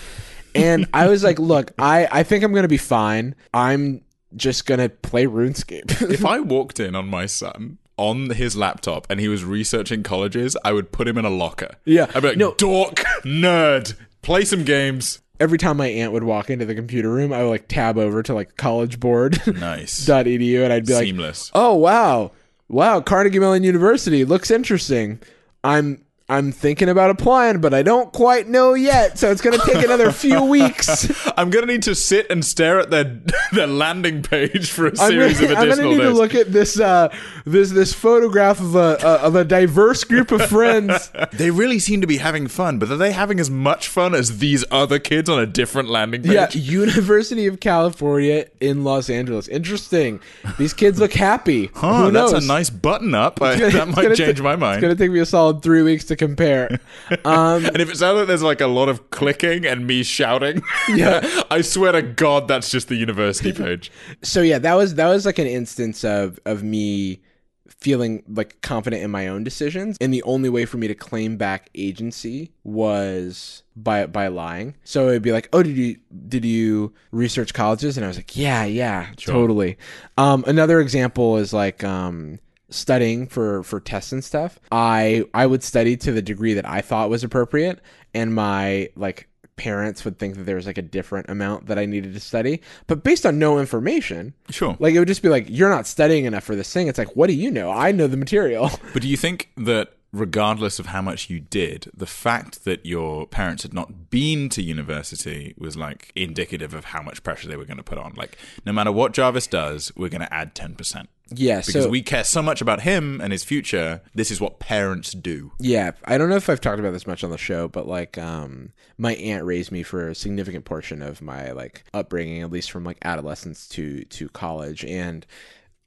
And I was like, "Look, I I think I'm gonna be fine. I'm." Just gonna play RuneScape. If I walked in on my son on his laptop and he was researching colleges, I would put him in a locker. Yeah. I'd be like, No. dork, nerd, play some games. every time my aunt would walk into the computer room, I would like tab over to like collegeboard.edu Nice. and I'd be like, Seamless. "Oh wow, wow, Carnegie Mellon University looks interesting. I'm I'm thinking about applying, but I don't quite know yet, so it's gonna take another few weeks. I'm gonna need to sit and stare at their their landing page for a I'm series gonna, of I'm gonna additional need to days. look at this uh, this this photograph of a uh, of a diverse group of friends. They really seem to be having fun, but are they having as much fun as these other kids on a different landing page? Yeah, University of California in Los Angeles. Interesting. These kids look happy. Huh, Who knows? Oh, that's a nice button up. I, It's that gonna might ta- change my It's mind. gonna take me a solid three weeks to compare. Um, And if it sounds like there's like a lot of clicking and me shouting, yeah, I swear to God, that's just the university page. so yeah, that was that was like an instance of of me feeling like confident in my own decisions and the only way for me to claim back agency was by by lying so it'd be like oh did you did you research colleges and i was like yeah yeah totally um another example is like um studying for for tests and stuff i i would study to the degree that i thought was appropriate and my like parents would think that there was like a different amount that i needed to study but based on no information Sure. like it would just be like, you're not studying enough for this thing. It's like, what do you know? I know the material. But do you think that, regardless of how much you did, the fact that your parents had not been to university was like indicative of how much pressure they were going to put on? Like, no matter what Jarvis does, we're going to add 10%. Yeah. Because so we care so much about him and his future, this is what parents do. yeah, I don't know if I've talked about this much on the show, but like, um, my aunt raised me for a significant portion of my like upbringing, at least from like adolescence to to college, and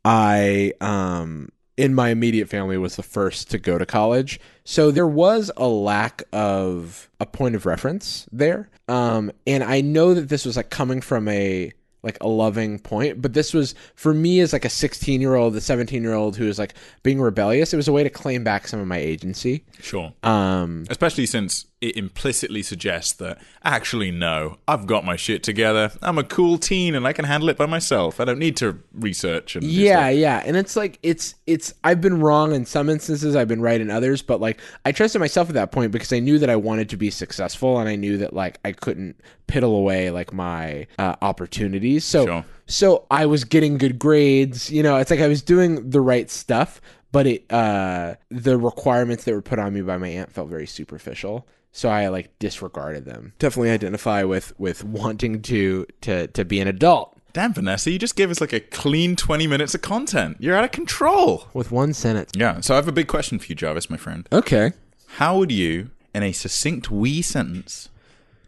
I um in my immediate family was the first to go to college. So there was a lack of a point of reference there. Um and I know that this was like coming from a like a loving point, but this was for me as like a 16 year old, the 17 year old who is like being rebellious. It was a way to claim back some of my agency. Sure. Um Especially since it implicitly suggests that actually, no, I've got my shit together. I'm a cool teen and I can handle it by myself. I don't need to research and do yeah stuff. yeah and it's like it's it's i've been wrong in some instances i've been right in others but like i trusted myself at that point because i knew that i wanted to be successful and i knew that like i couldn't piddle away like my uh, opportunities so Sure. so i was getting good grades you know it's like i was doing the right stuff but it uh the requirements that were put on me by my aunt felt very superficial so i like disregarded them definitely identify with with wanting to to to be an adult Damn, Vanessa, you just gave us like a clean 20 minutes of content. You're out of control. with one sentence Yeah, so I have a big question for you, Jarvis, my friend. okay How would you, in a succinct wee sentence,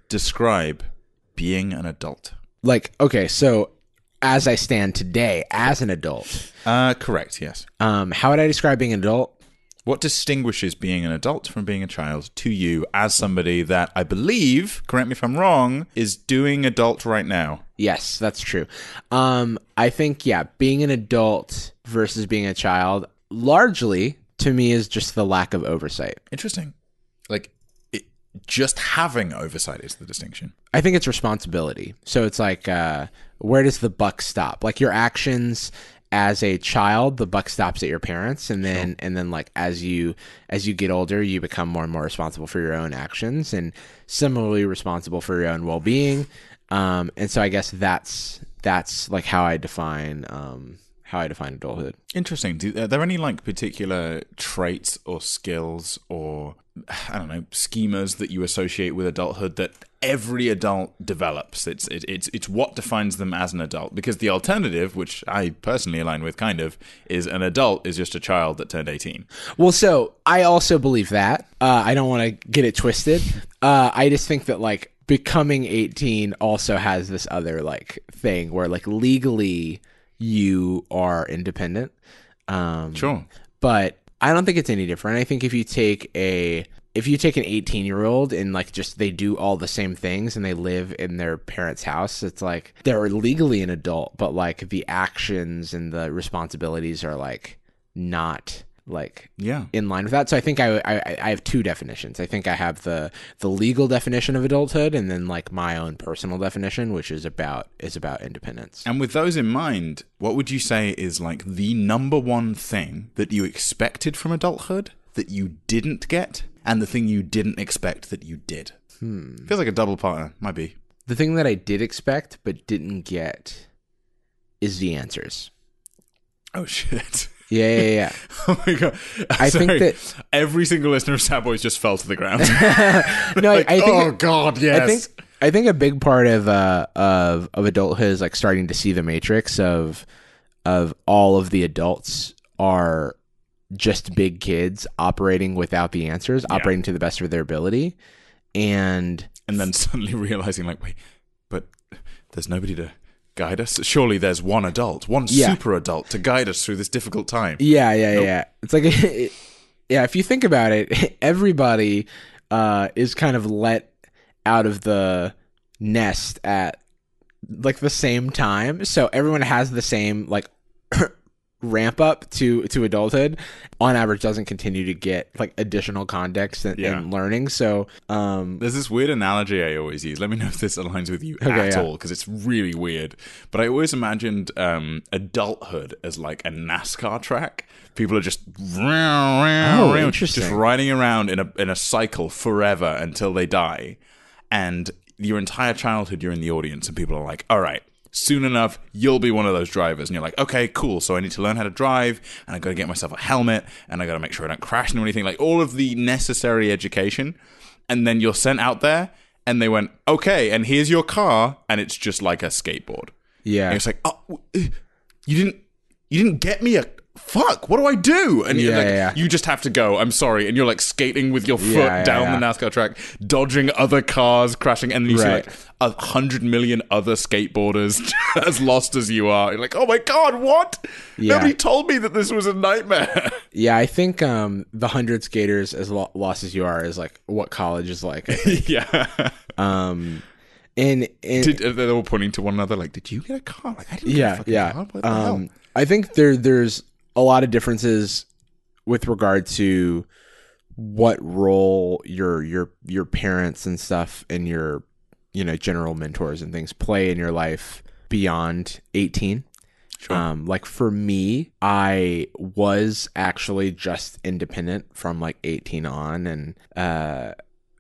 describe being an adult? like okay so as i stand today as an adult Uh, correct, yes. um how would i describe being an adult What distinguishes being an adult from being a child to you as somebody that I believe, correct me if I'm wrong, is doing adult right now? yes that's true um i think yeah being an adult versus being a child largely to me is just the lack of oversight Interesting. Like, it, just having oversight is the distinction. I think it's responsibility. So it's like, uh, where does the buck stop? Like your actions as a child, the buck stops at your parents, and then and then like as you as you get older, you become more and more responsible for your own actions, and similarly responsible for your own well being. Um, and so I guess that's that's like how I define um, how I define adulthood. Interesting. Do, are there any like particular traits or skills or I don't know schemas that you associate with adulthood that every adult develops? It's it, it's it's what defines them as an adult. Because the alternative, which I personally align with, kind of, is an adult is just a child that turned eighteen. Well, so I also believe that. Uh, I don't want to get it twisted. Uh, I just think that like becoming 18 also has this other like thing where like legally you are independent. Um, Sure. but I don't think it's any different. I think if you take a if you take an 18 year old and like just they do all the same things and they live in their parents' house, it's like they're legally an adult, but like the actions and the responsibilities are like not like Yeah. in line with that. So I think I, I I have two definitions. I think I have the the legal definition of adulthood and then like my own personal definition, which is about is about independence. And with those in mind, what would you say is like the number one thing that you expected from adulthood that you didn't get, and the thing you didn't expect that you did? Hmm. Feels like a double partner. Might be. The thing that I did expect but didn't get is the answers. Oh shit. Yeah, yeah, yeah. Oh my god! I think Sorry. that- every single listener of Sadboys just fell to the ground. No, Like, I, I think oh god, yes. I think I think a big part of uh of of adulthood is like starting to see the matrix of of all of the adults are just big kids operating without the answers, operating to the best of their ability. And and then suddenly realizing, like, wait, but there's nobody to guide us. Surely there's one adult, one Yeah. super adult to guide us through this difficult time. yeah, yeah, yeah. It's like yeah, if you think about it, everybody uh, is kind of let out of the nest at like the same time, so everyone has the same like ramp up to to adulthood. On average, doesn't continue to get like additional context and, Yeah. and learning. So, um, There's this weird analogy I always use. Let me know if this aligns with you Okay, at yeah. all, because it's really weird. But I always imagined um, adulthood as like a NASCAR track. People are just Oh, just interesting. riding around in a in a cycle forever until they die, and your entire childhood you're in the audience, and people are like, "All right." Soon enough, you'll be one of those drivers, and you're like, okay, cool. So I need to learn how to drive, and I got to get myself a helmet, and I got to make sure I don't crash into anything. Like all of the necessary education, and then you're sent out there and they went okay and here's your car and it's just like a skateboard yeah, and it's like oh w- eh, you didn't you didn't get me a fuck what do i do and you're Yeah, like, yeah, yeah. you just have to go i'm sorry and you're like skating with your foot Yeah, yeah, down yeah. the nascar track dodging other cars crashing and then you Right. see like a hundred million other skateboarders as lost as you are you're like oh my god what Yeah. nobody told me that this was a nightmare yeah. I think um, the hundred skaters as lo- lost as you are is like what college is like. I think. yeah um, and, and Did, uh, they're all pointing to one another like, did you get a car? Like, I didn't get a yeah fucking yeah car. What the hell? um i think there there's a lot of differences with regard to what role your your your parents and stuff and your you know general mentors and things play in your life beyond 18 Sure. um like for me i was actually just independent from like 18 on and uh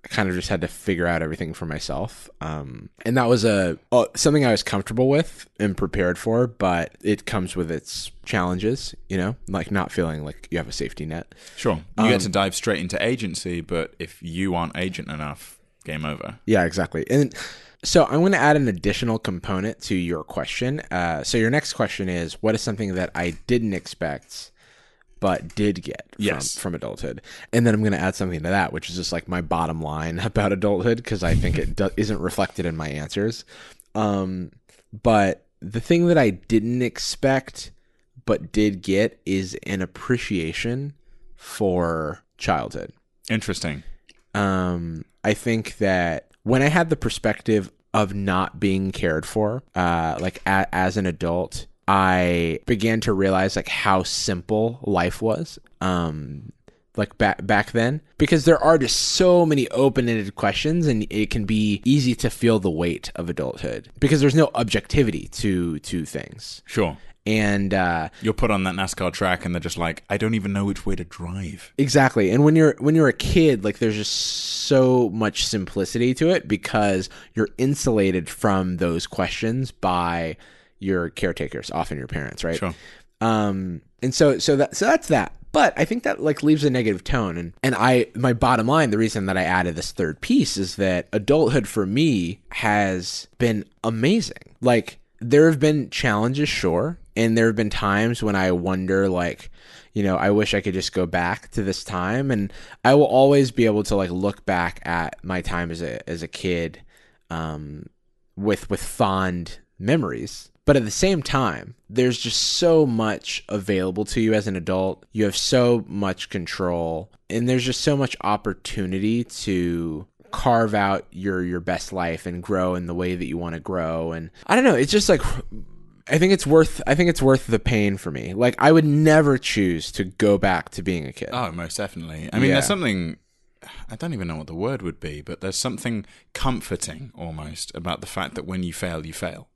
kind of just had to figure out everything for myself. Um, and that was a uh, something I was comfortable with and prepared for, but it comes with its challenges, you know, like not feeling like you have a safety net. Sure. Um, You get to dive straight into agency, but if you aren't agent enough, game over. Yeah, exactly. And so I'm going to add an additional component to your question. Uh, so your next question is, what is something that I didn't expect but did get from, Yes. from adulthood? And then I'm going to add something to that, which is just like my bottom line about adulthood because I think it do- isn't reflected in my answers. Um, but the thing that I didn't expect but did get is an appreciation for childhood Interesting. um, I think that when I had the perspective of not being cared for, uh, like a- as an adult, I began to realize like how simple life was. Um, like back back then, because there are just so many open-ended questions, and it can be easy to feel the weight of adulthood because there's no objectivity to to things. Sure. And uh, You're put on that NASCAR track and they're just like, I don't even know which way to drive. Exactly. And when you're when you're a kid, like there's just so much simplicity to it because you're insulated from those questions by your caretakers, often your parents, right? Sure. Um and so so that so that's that. But I think that like leaves a negative tone and and I my bottom line, the reason that I added this third piece is that adulthood for me has been amazing. Like there have been challenges, sure, and there have been times when I wonder like you know, I wish I could just go back to this time and I will always be able to like look back at my time as a as a kid um with with fond memories. But at the same time, there's just so much available to you as an adult. You have so much control and there's just so much opportunity to carve out your your best life and grow in the way that you want to grow and I don't know, it's just like I think it's worth I think it's worth the pain for me. Like I would never choose to go back to being a kid. Oh, most definitely. I mean, Yeah. there's something. I don't even know what the word would be, but there's something comforting almost about the fact that when you fail, you fail.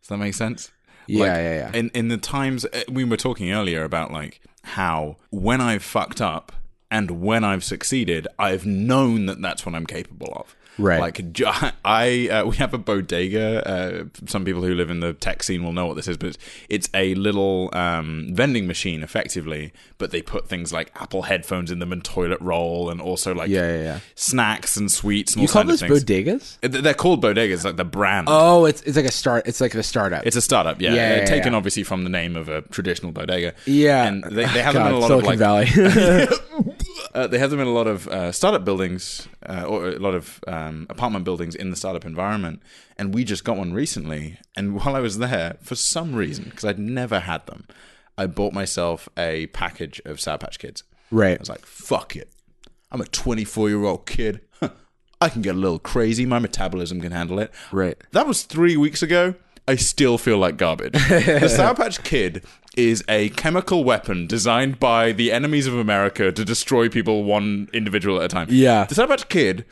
Does that make sense? Yeah, yeah, yeah. In in the times uh, we were talking earlier about like how when I've fucked up and when I've succeeded, I've known that that's what I'm capable of. Right. Like j- I, uh, we have a bodega. Uh, some people who live in the tech scene will know what this is, but it's, it's a little um, vending machine, effectively. But they put things like Apple headphones in them and toilet roll, and also like Yeah, yeah, yeah. snacks and sweets and all you call kinds those of things. bodegas? Th- They're called bodegas, like the brand. Oh, it's it's like a start it's like the startup. It's a startup, yeah. Yeah, Uh, yeah, taken yeah. obviously from the name of a traditional bodega. Yeah. and they, they have them God, in a lot Silicon of like Valley. uh, they have them in a lot of uh, startup buildings uh, or a lot of um, apartment buildings in the startup environment. And we just got one recently. And while I was there, for some reason, because I'd never had them, I bought myself a package of Sour Patch Kids. Right. I was like, fuck it. I'm a 24 year old kid. Huh. I can get a little crazy. My metabolism can handle it. Right. That was three weeks ago. I still feel like garbage. the Sour Patch Kid is a chemical weapon designed by the enemies of America to destroy people one individual at a time. Yeah. The Sour Patch Kid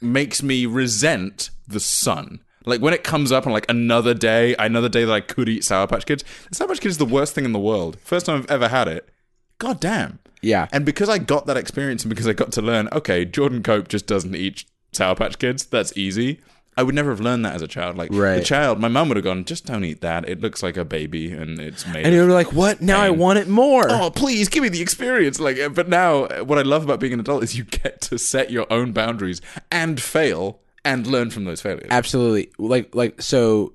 makes me resent the sun. Like when it comes up on like another day, another day that I could eat Sour Patch Kids. The Sour Patch Kids is the worst thing in the world. First time I've ever had it. God damn. Yeah. And because I got that experience and because I got to learn, okay, Jordan Cope just doesn't eat Sour Patch Kids. That's easy. I would never have learned that as a child. Like Right. the child, my mum would have gone, just don't eat that. It looks like a baby and it's made. And of you were like, "What? Now I want it more." oh please give me the experience like uh, but now uh, what i love about being an adult is you get to set your own boundaries and fail and learn from those failures Absolutely. Like like so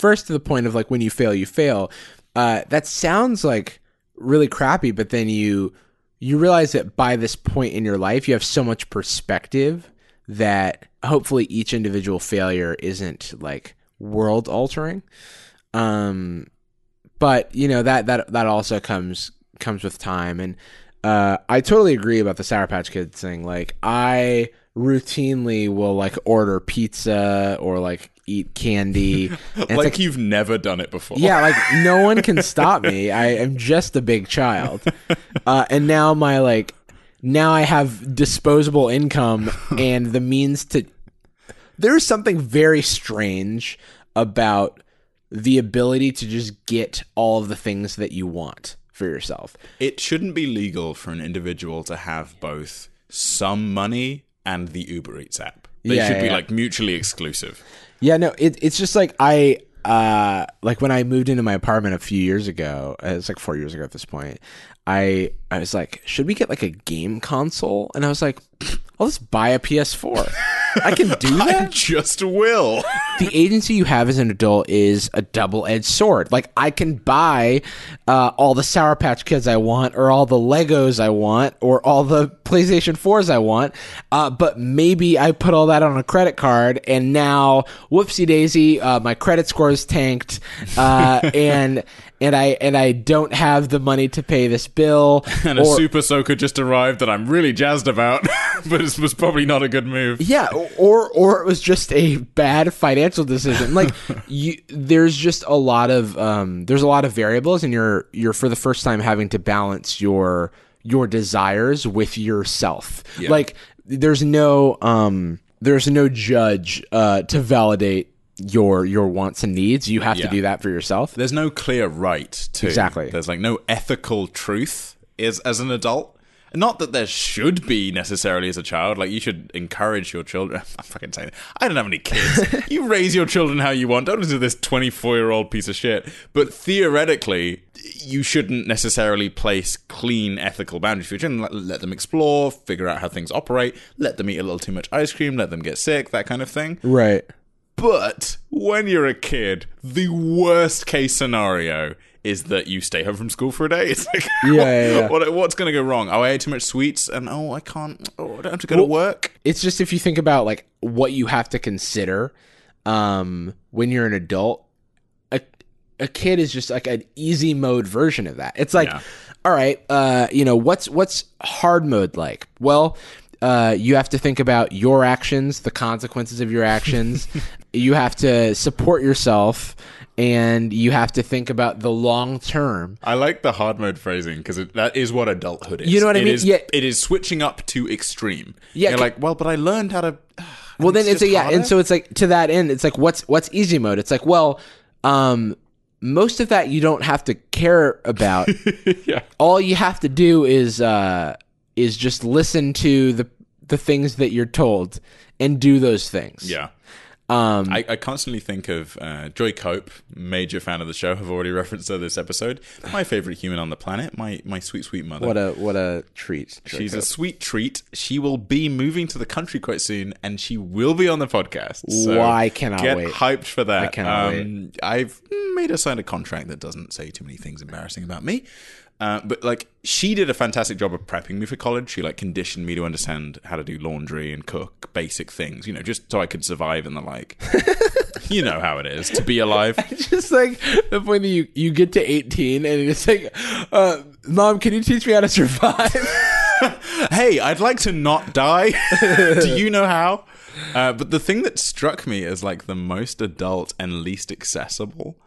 first to the point of like when you fail, you fail. Uh that sounds like really crappy, but then you you realize that by this point in your life you have so much perspective that hopefully each individual failure isn't like world altering. Um but you know that that that also comes comes with time and uh I totally agree about the Sour Patch Kids thing. Like I routinely will like order pizza or like eat candy. And it's like, like, you've never done it before yeah, like no one can stop me. I am just a big child. Uh and now my like now I have disposable income and the means to there's something very strange about the ability to just get all of the things that you want for yourself. it shouldn't be legal for an individual to have both some money and the uber eats app they Yeah, should be yeah. like mutually exclusive Yeah, no, it, it's just like I uh like when I moved into my apartment a few years ago, uh, it's like 4 years ago at this point. I I was like, should we get like a game console? And I was like, I'll just buy a PS4. I can do i that. just will the agency you have as an adult is a double-edged sword. Like I can buy uh, all the Sour Patch Kids I want, or all the Legos I want, or all the PlayStation Fours I want, uh, but maybe I put all that on a credit card, and now whoopsie daisy, uh, my credit score is tanked, uh, and and I and I don't have the money to pay this bill. and a super soaker just arrived that i'm really jazzed about but it was probably not a good move Yeah, or or it was just a bad financial decision. Like you, there's just a lot of um, there's a lot of variables, and you're you're for the first time having to balance your your desires with yourself. Like there's no um, there's no judge uh, to validate your your wants and needs. You have Yeah. to do that for yourself. there's no clear right to Exactly. there's like no ethical truth is as an adult not that there should be necessarily as a child like you should encourage your children i'm fucking saying it. i don't have any kids you raise your children how you want don't listen to this 24 year old piece of shit but theoretically you shouldn't necessarily place clean ethical boundaries for your children let, let them explore figure out how things operate let them eat a little too much ice cream let them get sick that kind of thing Right. but when you're a kid, the worst case scenario is that you stay home from school for a day. It's like, yeah, yeah. What, what's going to go wrong? Oh, I ate too much sweets, and oh, I can't. Oh, I don't have to go to work. it's just if you think about like what you have to consider um when you're an adult a, a kid is just like an easy mode version of that it's like Yeah. all right uh you know what's what's hard mode like well uh, you have to think about your actions, the consequences of your actions. you have to support yourself, and you have to think about the long term. I like the hard mode phrasing because that is what adulthood is. You know what I It mean? is- Yeah. It is switching up to extreme. Yeah, You're c- like, well, but I learned how to. well then it's, just a, yeah harder? and so it's like to that end it's like what's what's easy mode it's like well um most of that you don't have to care about Yeah. all you have to do is uh is just listen to the the things that you're told and do those things Yeah. um I, I constantly think of uh, Joy Cope, major fan of the show. I've already referenced her this episode. My favorite human on the planet, my my sweet sweet mother. what a what a treat She's a sweet treat. She will be moving to the country quite soon, and she will be on the podcast. So Why cannot get wait. hyped for that? I cannot wait. I've made her sign a contract that doesn't say too many things embarrassing about me. Uh, but like she did a fantastic job of prepping me for college. She like conditioned me to understand how to do laundry and cook basic things, you know, just so I could survive and the like. you know how it is to be alive. just like the point that you you get to 18 and it's like uh mom can you teach me how to survive hey, I'd like to not die. Do you know how? Uh, but the thing that struck me as like the most adult and least accessible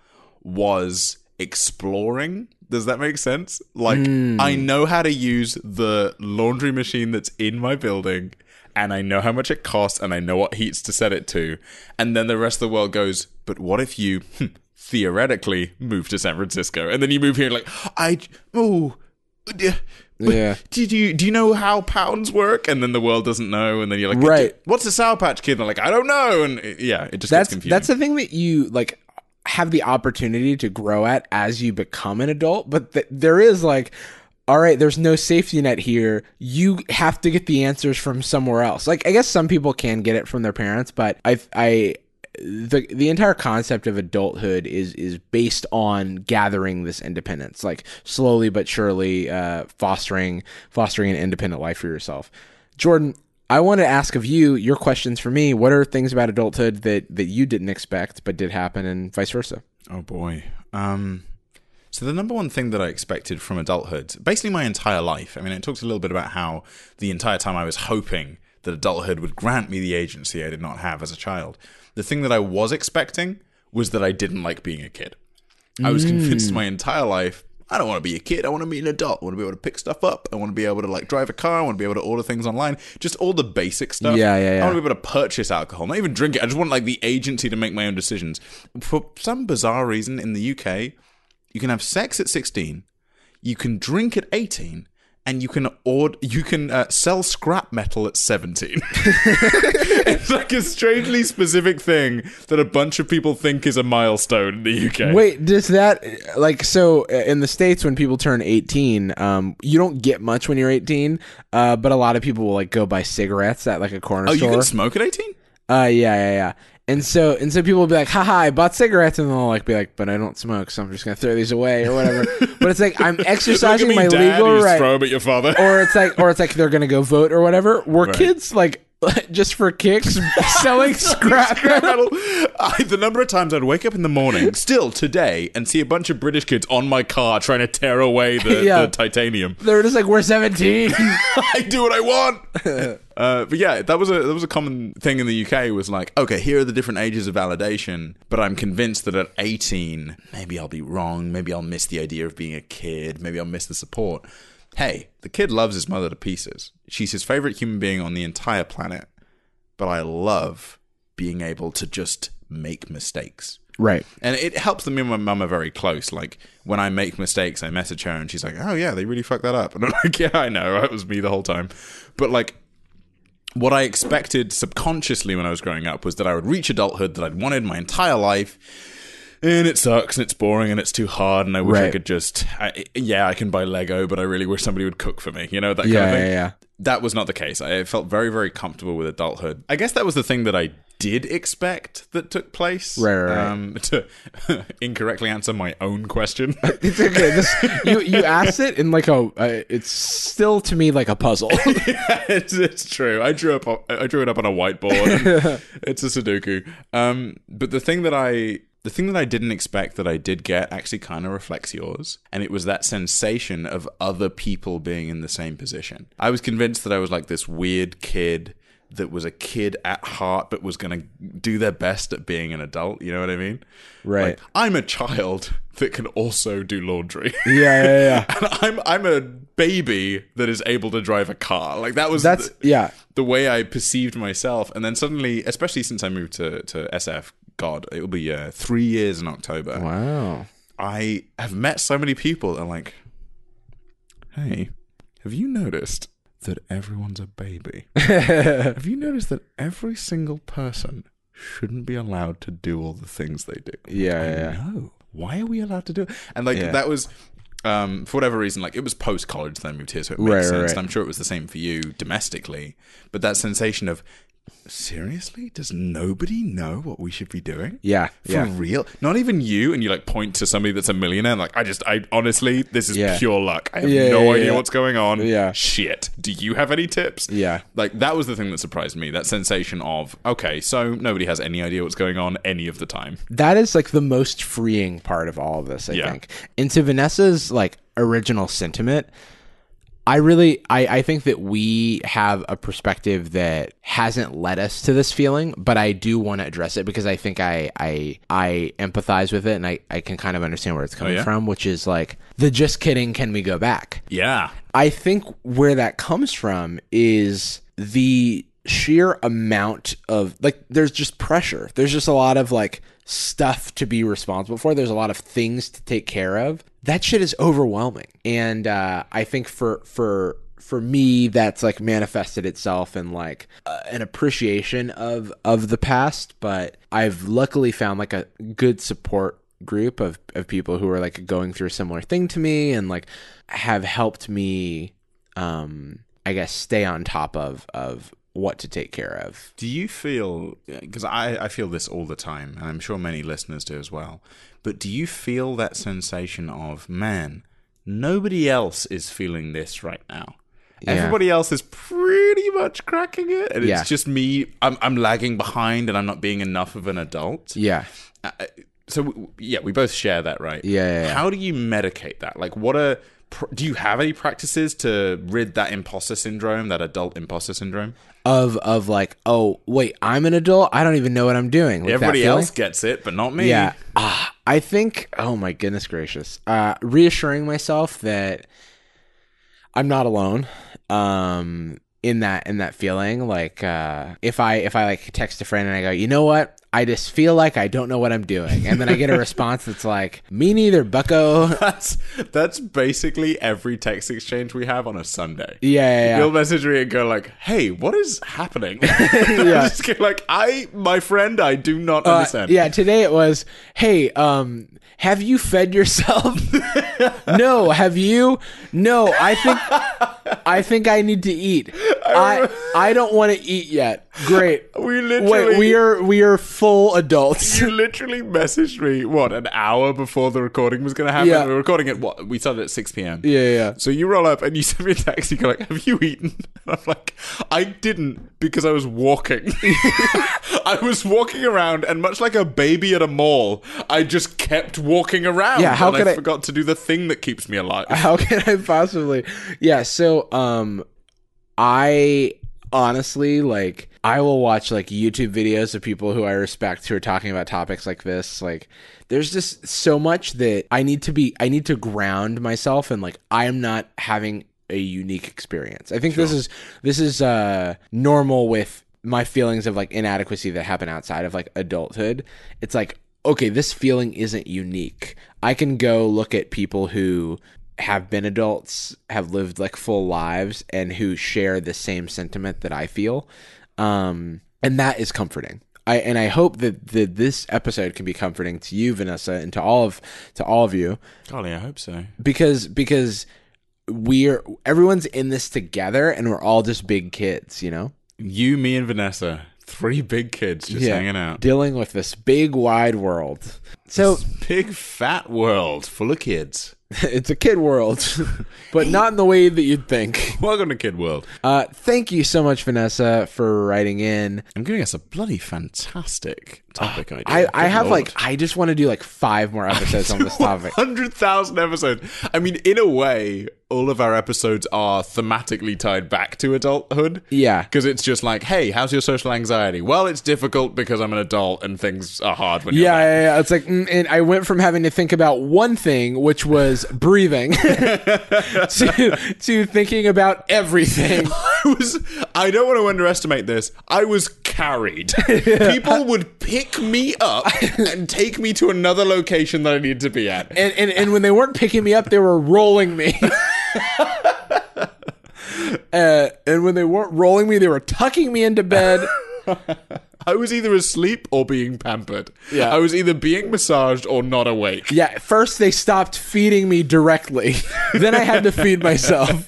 was exploring. Does that make sense? Like, I know how to use the laundry machine that's in my building, and I know how much it costs, and I know what heats to set it to. And then the rest of the world goes, but what if you hmm, theoretically move to San Francisco? And then you move here, like, I, oh, Yeah. did you do you know how pounds work? And then the world doesn't know, and then you're like, Right. What's a Sour Patch Kid? And they're like, I don't know, and it- yeah, it just that's gets confusing. that's the thing that you like have the opportunity to grow at as you become an adult but th- there is like all right there's no safety net here you have to get the answers from somewhere else like i guess some people can get it from their parents but i i the the entire concept of adulthood is is based on gathering this independence like slowly but surely uh fostering fostering an independent life for yourself jordan I want to ask of you your questions for me. What are things about adulthood that that you didn't expect but did happen, and vice versa? oh boy. Um, so the number one thing that I expected from adulthood, basically my entire life. I mean, it talks a little bit about how the entire time I was hoping that adulthood would grant me the agency I did not have as a child. The thing that I was expecting was that I didn't like being a kid. I was convinced Mm. my entire life I don't want to be a kid. I want to be an adult. I want to be able to pick stuff up. I want to be able to like drive a car. I want to be able to order things online. Just all the basic stuff. Yeah, I want yeah, yeah. to be able to purchase alcohol, not even drink it. I just want like the agency to make my own decisions. For some bizarre reason in the UK, you can have sex at 16, you can drink at 18, and you can ord- you can uh, sell scrap metal at 17. it's like a strangely specific thing that a bunch of people think is a milestone in the UK. Wait, does that like so uh, in the states when people turn eighteen, um, you don't get much when you're eighteen, uh, but a lot of people will like go buy cigarettes at like a corner Oh, you store. can smoke at 18? uh, yeah, yeah, yeah. And so and so people will be like, haha, I bought cigarettes, and they'll like be like, but I don't smoke, so I'm just gonna throw these away or whatever. but it's like I'm exercising my legal right. throw 'em at your father. or it's like or it's like they're gonna go vote or whatever. Were kids like just for kicks selling scrap? Scrap metal. I, the number of times I'd wake up in the morning, still today, and see a bunch of British kids on my car trying to tear away the, Yeah. the titanium. They're just like we're seventeen. I do what I want. uh, but yeah, that was a that was a common thing in the UK. Was like, okay, here are the different ages of validation, but I'm convinced that at 18, maybe I'll be wrong. Maybe I'll miss the idea of being a kid. Maybe I'll miss the support. Hey, the kid loves his mother to pieces. She's his favorite human being on the entire planet. But I love being able to just make mistakes. right. And it helps that me and my mum are very close. Like when I make mistakes, I message her and she's like, "Oh yeah, they really fucked that up." And I'm like, "Yeah, I know. It was me the whole time." But like what I expected subconsciously when I was growing up was that I would reach adulthood that I'd wanted my entire life. And it sucks and it's boring and it's too hard and I wish I Right. could just I, yeah, I can buy Lego, but I really wish somebody would cook for me. You know, that kind Yeah, of thing yeah, yeah. that was not the case. I felt very, very comfortable with adulthood. I guess that was the thing that I did expect that took place. Right, right, right. Um, to incorrectly answer my own question. It's okay. This, you you asked it in like a. Uh, it's still to me like a puzzle. it's, it's true. I drew up. I drew it up on a whiteboard. it's a Sudoku. Um, but the thing that I, the thing that I didn't expect that I did get actually kind of reflects yours, and it was that sensation of other people being in the same position. I was convinced that I was like this weird kid that was a kid at heart, but was going to do their best at being an adult. You know what I mean? Like, Right. I'm a child that can also do laundry. yeah, yeah, yeah. And I'm I'm a baby that is able to drive a car. Like that was That's the, yeah. the way I perceived myself. And then suddenly, especially since I moved to to SF, God, it will be uh, three years in October. Wow. I have met so many people that are like, hey, have you noticed that everyone's a baby? have you noticed that every single person shouldn't be allowed to do all the things they do? Yeah, yeah, yeah. no why are we allowed to do it and like Yeah. that was um for whatever reason like it was post college that i moved here so it makes Right, right, sense right. and i'm sure it was the same for you domestically but that sensation of seriously does nobody know what we should be doing Yeah, for yeah. real not even you and you like point to somebody that's a millionaire and, like i just i honestly this is Yeah. pure luck i have Yeah, no yeah, idea yeah. what's going on Yeah. shit do you have any tips Yeah. like that was the thing that surprised me that sensation of okay so nobody has any idea what's going on any of the time that is like the most freeing part of all of this, I Yeah. think. And to Vanessa's like original sentiment, I really I, I think that we have a perspective that hasn't led us to this feeling, but I do want to address it because I think I I I empathize with it and I, I can kind of understand where it's coming Oh, yeah? from, which is like the just kidding, can we go back? Yeah. I think where that comes from is the sheer amount of like there's just pressure. There's just a lot of like stuff to be responsible for. There's a lot of things to take care of. That shit is overwhelming. And uh I think for for for me that's like manifested itself in like uh, an appreciation of of the past, but I've luckily found like a good support group of, of people who are like going through a similar thing to me and like have helped me um i guess stay on top of of what to take care of Do you feel, because I, I feel this all the time, and I'm sure many listeners do as well, but do you feel that sensation of, man, nobody else is feeling this right now? Everybody else is pretty much cracking it, and Yeah. it's just me. I'm, I'm lagging behind, and I'm not being enough of an adult. yeah I- so w- yeah, we both share that, right? Yeah, yeah, yeah. How do you medicate that? Like, what are pr- do you have any practices to rid that imposter syndrome, that adult imposter syndrome? of of like oh wait i'm an adult i don't even know what i'm doing like that Everybody feeling. else gets it, but not me. yeah ah, i think oh my goodness gracious uh reassuring myself that i'm not alone um in that in that feeling like uh if i if i like text a friend and i go you know what i just feel like i don't know what i'm doing and then i get a response that's like me neither bucko yeah That's that's basically every text exchange we have on a Sunday. yeah, yeah. You'll message me and go like, "Hey, what is happening?" yeah. Just go like, "I, my friend, I do not Uh, understand." yeah, today it was, hey, um, have you fed yourself? no, have you? No, I think I think I need to eat. I I don't want to eat yet. Great. We Wait, literally we are we are full adults. You literally messaged me what an hour before the recording was going to happen. Yeah. We were recording at what we started at six p.m. Yeah, yeah, yeah. So you roll up and you send me a text. You go like, "Have you eaten?" And I'm like, "I didn't because I was walking. I was walking around, and much like a baby at a mall, I just kept walking around. Yeah, how and could I, I- forgot to do the thing that keeps me alive? How can I possibly? Yeah, so um I honestly like I will watch like YouTube videos of people who I respect who are talking about topics like this. Like there's just so much that I need to be I need to ground myself and like I am not having a unique experience. I think this is this is uh normal with my feelings of like inadequacy that happen outside of like adulthood. It's like okay, this feeling isn't unique. I can go look at people who have been adults, have lived like full lives, and who share the same sentiment that I feel. Um, and that is comforting. I and I hope that, that this episode can be comforting to you, Vanessa, and to all of to all of you Golly, I hope so. because because we're everyone's in this together and we're all just big kids, you know? You, me, and Vanessa, three big kids just hanging out. Dealing with this big wide world. So Big fat world full of kids. it's a kid world, but not in the way that you'd think. Welcome to Kid World. Uh, thank you so much, Vanessa, for writing in. I'm giving us a bloody fantastic topic idea. I, I have like I just want to do like five more episodes on this topic. hundred thousand episodes. I mean, in a way, all of our episodes are thematically tied back to adulthood. Yeah. because it's just like, hey, how's your social anxiety? Well, it's difficult because I'm an adult and things are hard when you're Yeah, an yeah, yeah. It's like, mm, and I went from having to think about one thing, which was breathing, to to thinking about everything. I was I don't want to underestimate this. I was carried. People would pick me up and take me to another location that I needed to be at. And, and and when they weren't picking me up, they were rolling me. uh, and when they weren't rolling me, they were tucking me into bed. I was either asleep or being pampered. Yeah. I was either being massaged or not awake. Yeah, at first they stopped feeding me directly. then I had to feed myself.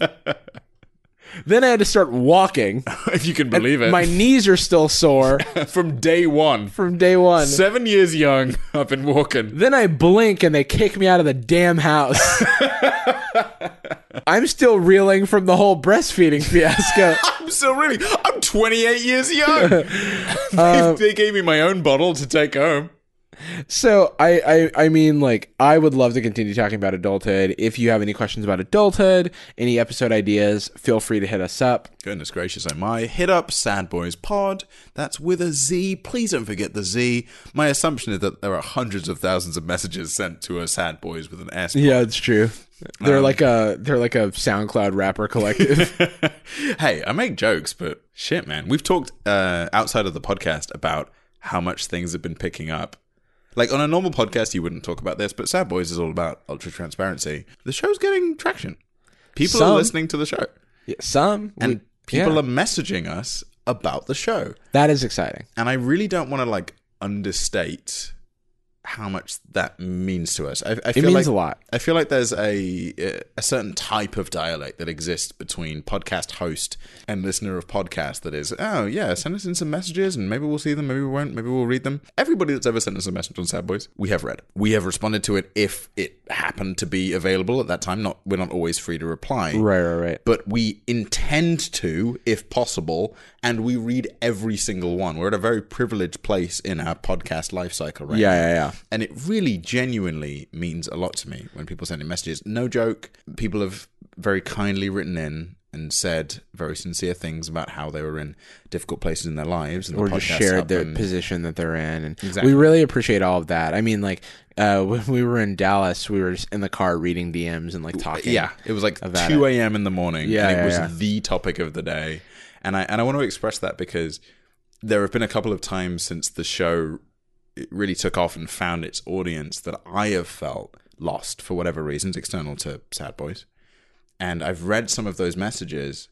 then I had to start walking. If you can believe it. My knees are still sore From day one. from day one. Seven years young, I've been walking. Then I blink and they kick me out of the damn house. I'm still reeling from the whole breastfeeding fiasco. I'm still really, I'm 28 years young. they, they gave me my own bottle to take home. So I, I I mean like I would love to continue talking about adulthood. If you have any questions about adulthood, any episode ideas, feel free to hit us up. Goodness gracious, oh my. Hit up Sad Boys Pod. That's with a Z. Please don't forget the Z. My assumption is that there are hundreds of thousands of messages sent to us Sad Boys with an S. Yeah, it's true. Um, They're like a they're like a SoundCloud rapper collective. hey, I make jokes, but shit, man. We've talked uh, outside of the podcast about how much things have been picking up. Like on a normal podcast, you wouldn't talk about this, but Sad Boys is all about ultra transparency. The show's getting traction. People Some- are listening to the show, Yeah, Some and we- people yeah. are messaging us about the show. that is exciting. and I really don't want to like understate how much that means to us. I, I feel means like, a lot. I feel like there's a a certain type of dialect that exists between podcast host and listener of podcast that is, oh yeah, send us in some messages and maybe we'll see them, maybe we won't, maybe we'll read them. Everybody that's ever sent us a message on Sad Boys, we have read. We have responded to it if it happened to be available at that time. Not we're not always free to reply Right, right, right. but we intend to, if possible, and we read every single one. We're at a very privileged place in our podcast life cycle right Yeah, now. yeah, yeah. And it really genuinely means a lot to me when people send in messages. No joke. People have very kindly written in and said very sincere things about how they were in difficult places in their lives. And the or just podcast shared helped their them. position that they're in. And Exactly. we really appreciate all of that. I mean, like uh, when we were in Dallas, we were just in the car reading DMs and like talking. Yeah, it was like about two a.m. in the morning, Yeah, and it yeah, was yeah. the topic of the day. And I and I want to express that because there have been a couple of times since the show it really took off and found its audience that I have felt lost for whatever reasons external to Sad Boys. And I've read some of those messages,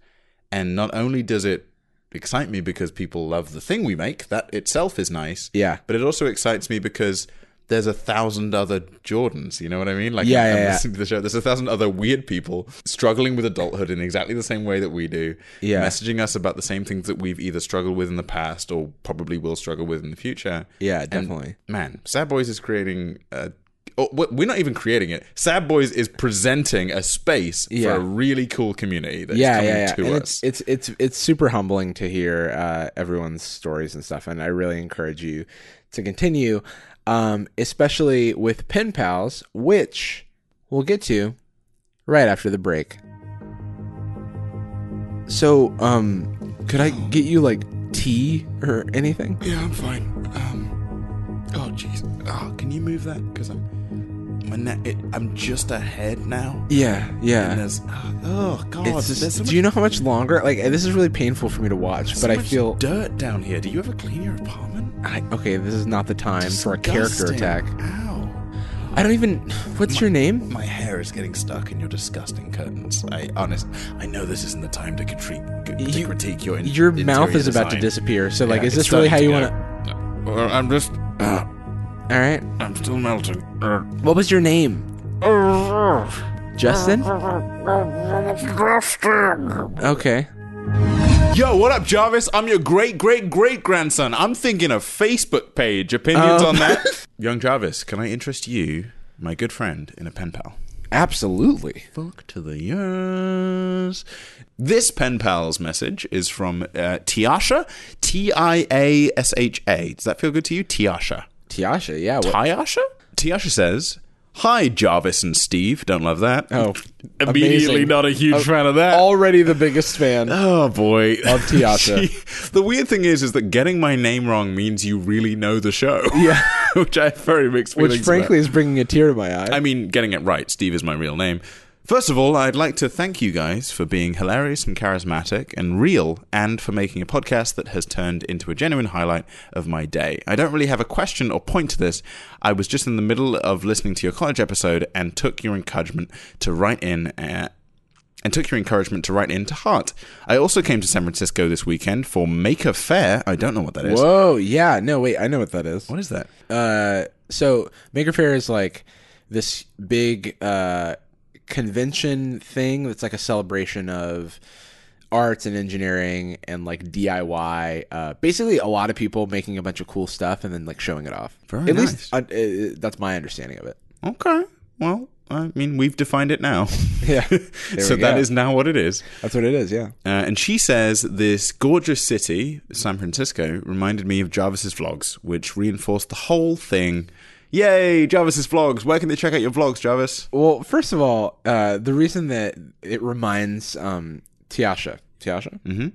and not only does it excite me because people love the thing we make, that itself is nice. Yeah. But it also excites me because there's a thousand other Jordans, you know what I mean? Like Yeah, I'm- yeah, I'm yeah. listening to the show. There's a thousand other weird people struggling with adulthood in exactly the same way that we do. Yeah. Messaging us about the same things that we've either struggled with in the past or probably will struggle with in the future. Yeah, And, definitely. man, Sad Boys is creating a Oh, we- we're not even creating it. Sad Boys is presenting a space for Yeah. a really cool community that's yeah, coming yeah, yeah. to And us. it's, it's it's it's super humbling to hear uh, everyone's stories and stuff, and I really encourage you to continue, um, especially with pen pals, which we'll get to right after the break. So, um, could I get you like tea or anything? Yeah, I'm fine. Um, oh jeez. Oh, can you move that? Because I'm my neck. It, I'm just ahead now. Yeah, And yeah. there's oh god. It's there's just, so do you know how much longer? Like, this is really painful for me to watch, much- but so I much feel dirt down here. Do you ever clean your apartment? I, okay. This is not the time for a character Disgusting. attack. Ow. I don't even. What's your name? My hair is getting stuck in your disgusting curtains. I honest. I know this isn't the time to, critique to You- critique your. In- Your mouth interior is about to design. disappear. So, like, Yeah, is it's this really how starting you to want go. to? Well, I'm just. Uh, All right. I'm still melting. Uh, What was your name? Justin. Okay. Yo, what up, Jarvis? I'm your great great great grandson. I'm thinking a Facebook page. Opinions Oh. on that? Young Jarvis, can I interest you, my good friend, in a pen pal? Absolutely. Fuck to the years. This pen pal's message is from uh, Tiasha. T I A S H A. Does that feel good to you? Tiasha. Tiasha. Yeah. What? Tiasha? Tiasha says, Hi, Jarvis and Steve. Don't love that. Oh, Immediately amazing. not a huge Oh, fan of that. Already the biggest fan. Oh boy, of Tiasha. the weird thing is, is that getting my name wrong means you really know the show. Yeah, which I have very mixed feelings. Which, about. frankly, is bringing a tear to my eye. I mean, getting it right. Steve is my real name. First of all, I'd like to thank you guys for being hilarious and charismatic and real, and for making a podcast that has turned into a genuine highlight of my day. I don't really have a question or point to this. I was just in the middle of listening to your college episode and took your encouragement to write in. Uh, and took your encouragement to write in to heart. I also came to San Francisco this weekend for Maker Fair. I don't know what that is. Whoa. Yeah. No. Wait. I know what that is. What is that? Uh. So Maker Fair is like this big uh convention thing that's like a celebration of arts and engineering and like DIY. Uh, basically, a lot of people making a bunch of cool stuff and then like showing it off. Very At nice. least uh, uh, that's my understanding of it. Okay. Well, I mean, we've defined it now. Yeah. so we that go. is now what it is. That's what it is, yeah. Uh, and she says this gorgeous city, San Francisco, reminded me of Jarvis's vlogs, which reinforced the whole thing. Yay, Jarvis's vlogs! Where can they check out your vlogs, Jarvis? Well, first of all, uh, the reason that it reminds um, Tiasha, Tiasha, mm-hmm.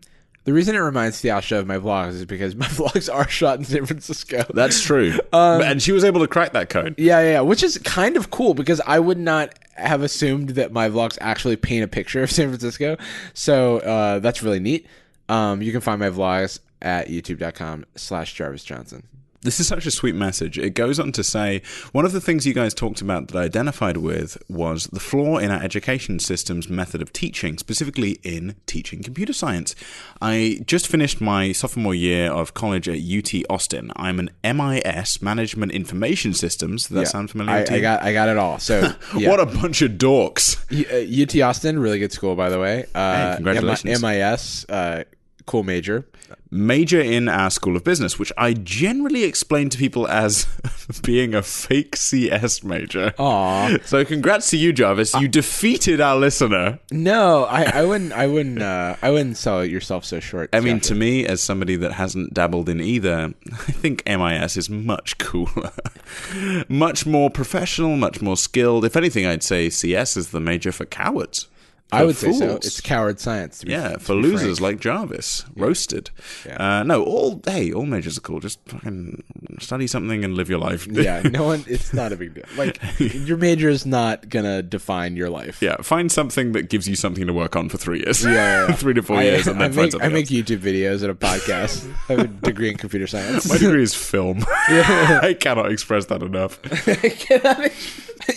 the reason it reminds Tiasha of my vlogs is because my vlogs are shot in San Francisco. That's true. Um, and she was able to crack that code. yeah, yeah, yeah, which is kind of cool because I would not have assumed that my vlogs actually paint a picture of San Francisco. So uh, that's really neat. Um, you can find my vlogs at youtube.com slash Jarvis Johnson. This is such a sweet message. It goes on to say one of the things you guys talked about that I identified with was the flaw in our education system's method of teaching, specifically in teaching computer science. I just finished my sophomore year of college at UT Austin. I'm an MIS, Management Information Systems. Does that Yeah. sound familiar I, to I you? got, I got it all. So yeah. What a bunch of dorks. U- uh, UT Austin, really good school, by the way. Uh, Hey, congratulations. M- MIS, uh, cool major. Major in our School of Business, which I generally explain to people as being a fake CS major. Aw. So congrats to you, Jarvis. You defeated our listener. No, I, I wouldn't. I wouldn't. Uh, I wouldn't sell yourself so short. I mean, to me, as somebody that hasn't dabbled in either, I think MIS is much cooler, much more professional, much more skilled. If anything, I'd say CS is the major for cowards. I For would say so. fools. It's coward science. To be yeah, to for be losers frank. like Jarvis, roasted. Uh, no, all hey, all majors are cool. Just fucking study something and live your life. yeah, no one. It's not a big deal. Like your major is not gonna define your life. Yeah, find something that gives you something to work on for three years. yeah, yeah. three to four I, years, and I then find make, something I make else. YouTube videos and a podcast. I have a degree in computer science. My degree is film. I cannot express that enough.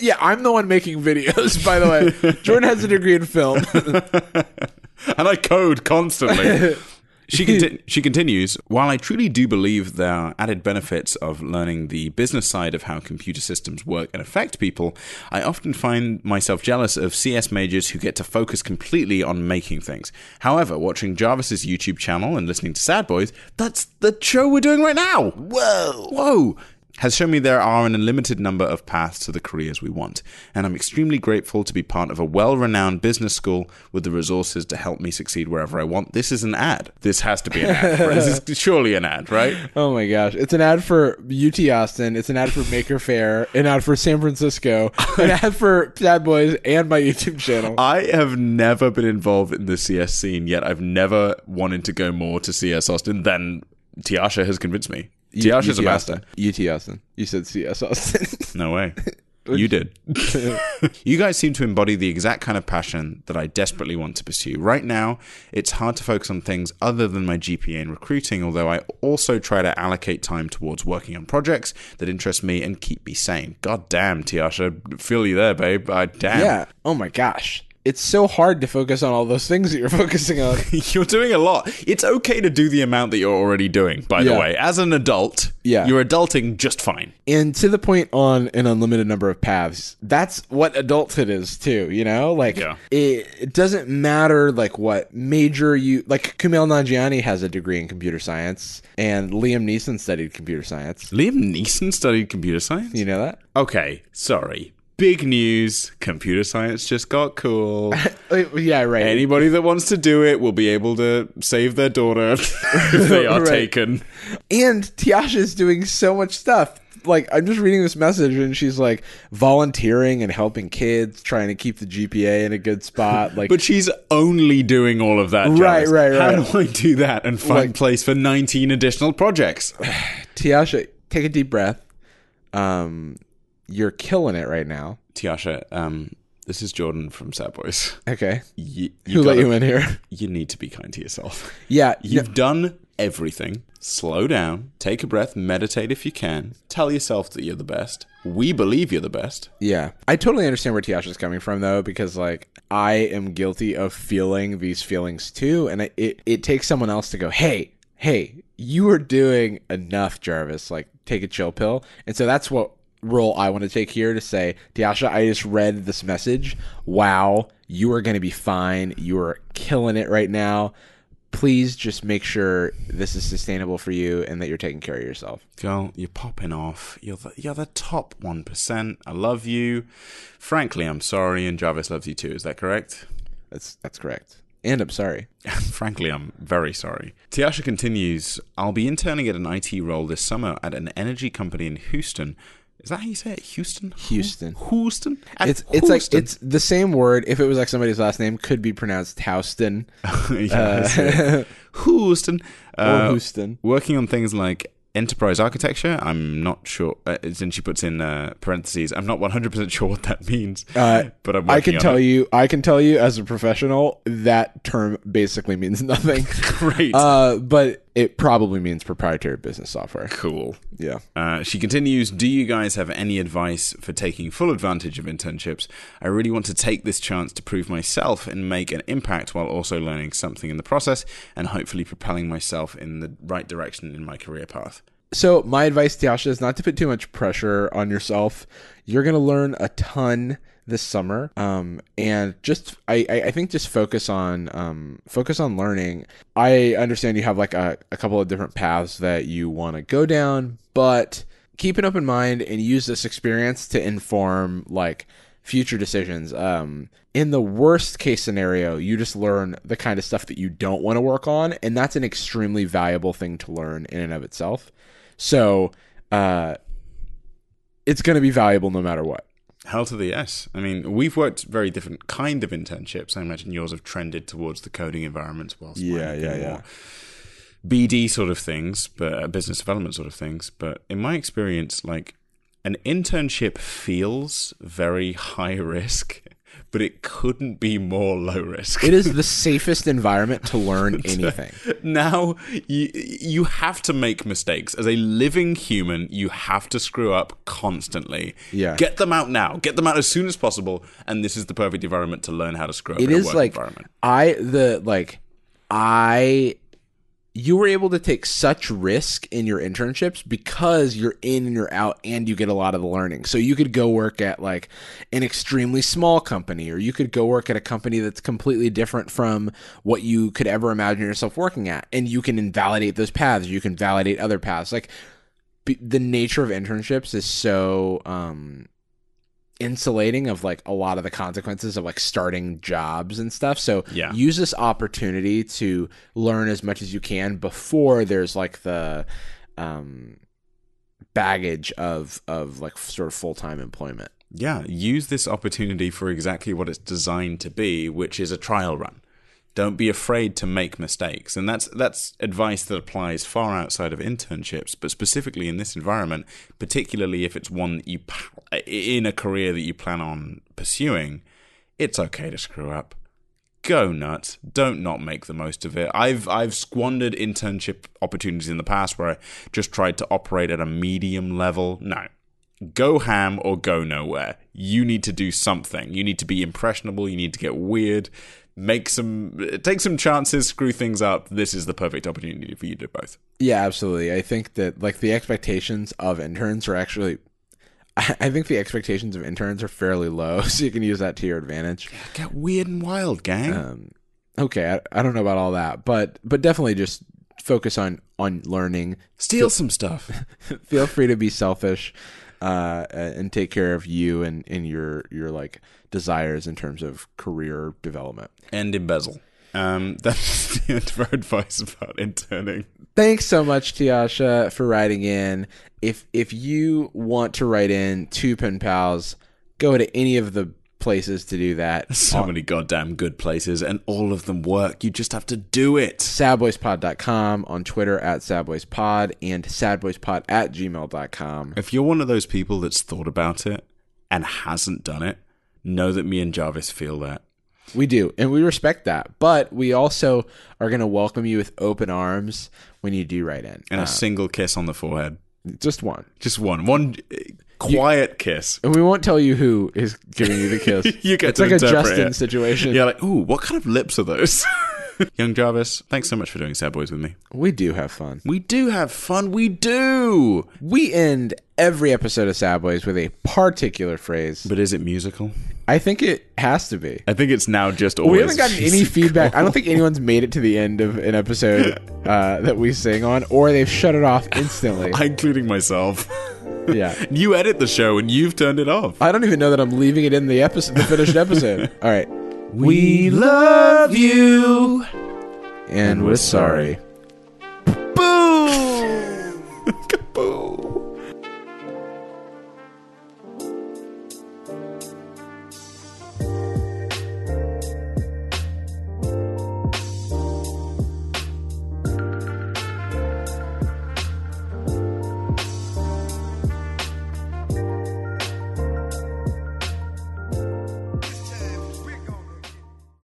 yeah, I'm the one making videos. By the way, Jordan has a degree in film. and I code constantly. She, conti- she continues, while I truly do believe there are added benefits of learning the business side of how computer systems work and affect people, I often find myself jealous of CS majors who get to focus completely on making things. However, watching Jarvis's YouTube channel and listening to Sad Boys, that's the show we're doing right now! Whoa! Whoa! has shown me there are an unlimited number of paths to the careers we want, and I'm extremely grateful to be part of a well renowned business school with the resources to help me succeed wherever I want. This is an ad. This has to be an ad. right? This is surely an ad, right? Oh my gosh. It's an ad for UT Austin. It's an ad for Maker Fair. An ad for San Francisco. An ad for Sad Boys and my YouTube channel. I have never been involved in the CS scene, yet I've never wanted to go more to CS Austin than Tiasha has convinced me. Tiasha's a UT master. Austin. UT Austin. You said CS Austin. No way. You did. you guys seem to embody the exact kind of passion that I desperately want to pursue. Right now, it's hard to focus on things other than my GPA and recruiting, although I also try to allocate time towards working on projects that interest me and keep me sane. God damn, Tiasha. Feel you there, babe. I damn. yeah. Oh my gosh. It's so hard to focus on all those things that you're focusing on. You're doing a lot. It's okay to do the amount that you're already doing, by the Yeah. way. As an adult, Yeah. you're adulting just fine. and to the point on an unlimited number of paths that's what adulthood is too you know like Yeah. it, it doesn't matter like what major you like kumail nanjiani has a degree in computer science and liam neeson studied computer science Liam Neeson studied computer science. you know that Okay, sorry. Big news. Computer science just got cool. Uh, yeah right Anybody that wants to do it will be able to save their daughter if they are Right. taken. and tiasha is doing so much stuff like i'm just reading this message and she's like volunteering and helping kids trying to keep the gpa in a good spot like But she's only doing all of that. Right, Jarvis. right, How right. do I do that and find Like- place for 19 additional projects? Tiasha, take a deep breath. Um, you're killing it right now. Tiasha, um, this is Jordan from Sad Boys. Okay. You, Who you, let gotta- you in here? you need to be kind to yourself. Yeah. no- You've done everything. Slow down, take a breath, meditate if you can. Tell yourself that you're the best. We believe you're the best. yeah. I totally understand where Tiasha's coming from, though, because, like, I am guilty of feeling these feelings too. And I- it, it takes someone else to go, hey, hey, you are doing enough, Jarvis. Like, take a chill pill. And so that's what role I want to take here to say, Tiasha, I just read this message. Wow. You are going to be fine. You are killing it right now. please just make sure this is sustainable for you and that you're taking care of yourself. Girl, you're popping off. You're the, you're the top 1%. I love you. Frankly, I'm sorry, and Jarvis loves you too. Is that correct? That's that's correct. And I'm sorry. Frankly, I'm very sorry. Tiasha continues I'll be interning at an IT role this summer at an energy company in Houston. Is that how you say it? Houston? Houston. Houston? At It's it's like Houston? it's the same word. If it was like somebody's last name, could be pronounced Houston Yeah, that's it. Houston. uh, or Uh, Houston. working on things like enterprise architecture. I'm not sure. Uh, then she puts in uh, parentheses. I'm not 100% sure what that means. Uh, but I'm I working can on tell it. you, I can tell you as a professional, that term basically means nothing. Great. uh, but it probably means proprietary business software. cool. Yeah. Uh, she continues, Do you guys have any advice for taking full advantage of internships? I really want to take this chance to prove myself and make an impact while also learning something in the process and hopefully propelling myself in the right direction in my career path. So my advice, Tiasha, is not to put too much pressure on yourself. You're gonna learn a ton this summer, um, and just I, I, I think just focus on um, focus on learning. I understand you have like a, a couple of different paths that you want to go down, but keep an open mind and use this experience to inform like future decisions. Um, in the worst case scenario, you just learn the kind of stuff that you don't want to work on, and that's an extremely valuable thing to learn in and of itself. So, uh, it's going to be valuable no matter what. Hell to the yes. I mean, we've worked very different kind of internships. I imagine yours have trended towards the coding environments, whilst mine Yeah, have yeah, been yeah. more BD sort of things, but uh, business development sort of things. But in my experience, like an internship feels very high risk, but it couldn't be more low risk. It is the safest environment to learn anything. now you you have to make mistakes as a living human. You have to screw up constantly. Yeah. get them out now. Get them out as soon as possible. And this is the perfect environment to learn how to screw up. It in is a work like environment. I the like I you were able to take such risk in your internships because you're in and you're out and you get a lot of the learning. So you could go work at like an extremely small company or you could go work at a company that's completely different from what you could ever imagine yourself working at and you can invalidate those paths, you can validate other paths. Like b- the nature of internships is so um insulating of like a lot of the consequences of like starting jobs and stuff so Yeah. use this opportunity to learn as much as you can before there's like the um baggage of of like sort of full-time employment yeah, use this opportunity for exactly what it's designed to be, which is a trial run. Don't be afraid to make mistakes, and that's that's advice that applies far outside of internships, but specifically in this environment, particularly if it's one that you p- in a career that you plan on pursuing. It's okay to screw up. Go nuts. Don't not make the most of it. I've I've squandered internship opportunities in the past where I just tried to operate at a medium level. No, go ham or go nowhere. You need to do something. You need to be impressionable. You need to get weird. Make some, take some chances, screw things up. This is the perfect opportunity for you to do both. Yeah, absolutely. I think that like the expectations of interns are actually I I think the expectations of interns are fairly low, so you can use that to your advantage. Get weird and wild, gang. Um, Okay, I, I don't know about all that, but but definitely just focus on on learning. Steal some stuff. Feel free to be selfish, uh, and take care of you and and your your like desires in terms of career development. and embezzle. Um, that's the end of our advice about interning. Thanks so much, Tiasha, for writing in. If if you want to write in to Pen Pals, go to any of the places to do that. So many goddamn good places, and all of them work. You just have to do it. Sadboyspod.com, on Twitter at sadboyspod, and sadboyspod at gmail.com. If you're one of those people that's thought about it and hasn't done it, know that me and Jarvis feel that. We do, and we respect that. But we also are going to welcome you with open arms when you do write in. And a single kiss on the forehead. Just one. Just one, one uh, quiet kiss. And we won't tell you who is giving you the kiss. You get it's to like a interpret Justin it. situation. You're like, ooh, what kind of lips are those? Young Jarvis, thanks so much for doing Sad Boys with me. We do have fun. We do have fun. We do. We end every episode of Sad Boys with a particular phrase. But is it musical? I think it has to be. I think it's now just always. We haven't gotten any feedback. I don't think anyone's made it to the end of an episode uh, that we sing on, or they've shut it off instantly. including myself. yeah. you edit the show and you've turned it off. I don't even know that I'm leaving it in the episode, the finished episode. All right. We love you. And we're sorry. Boom. Kaboom.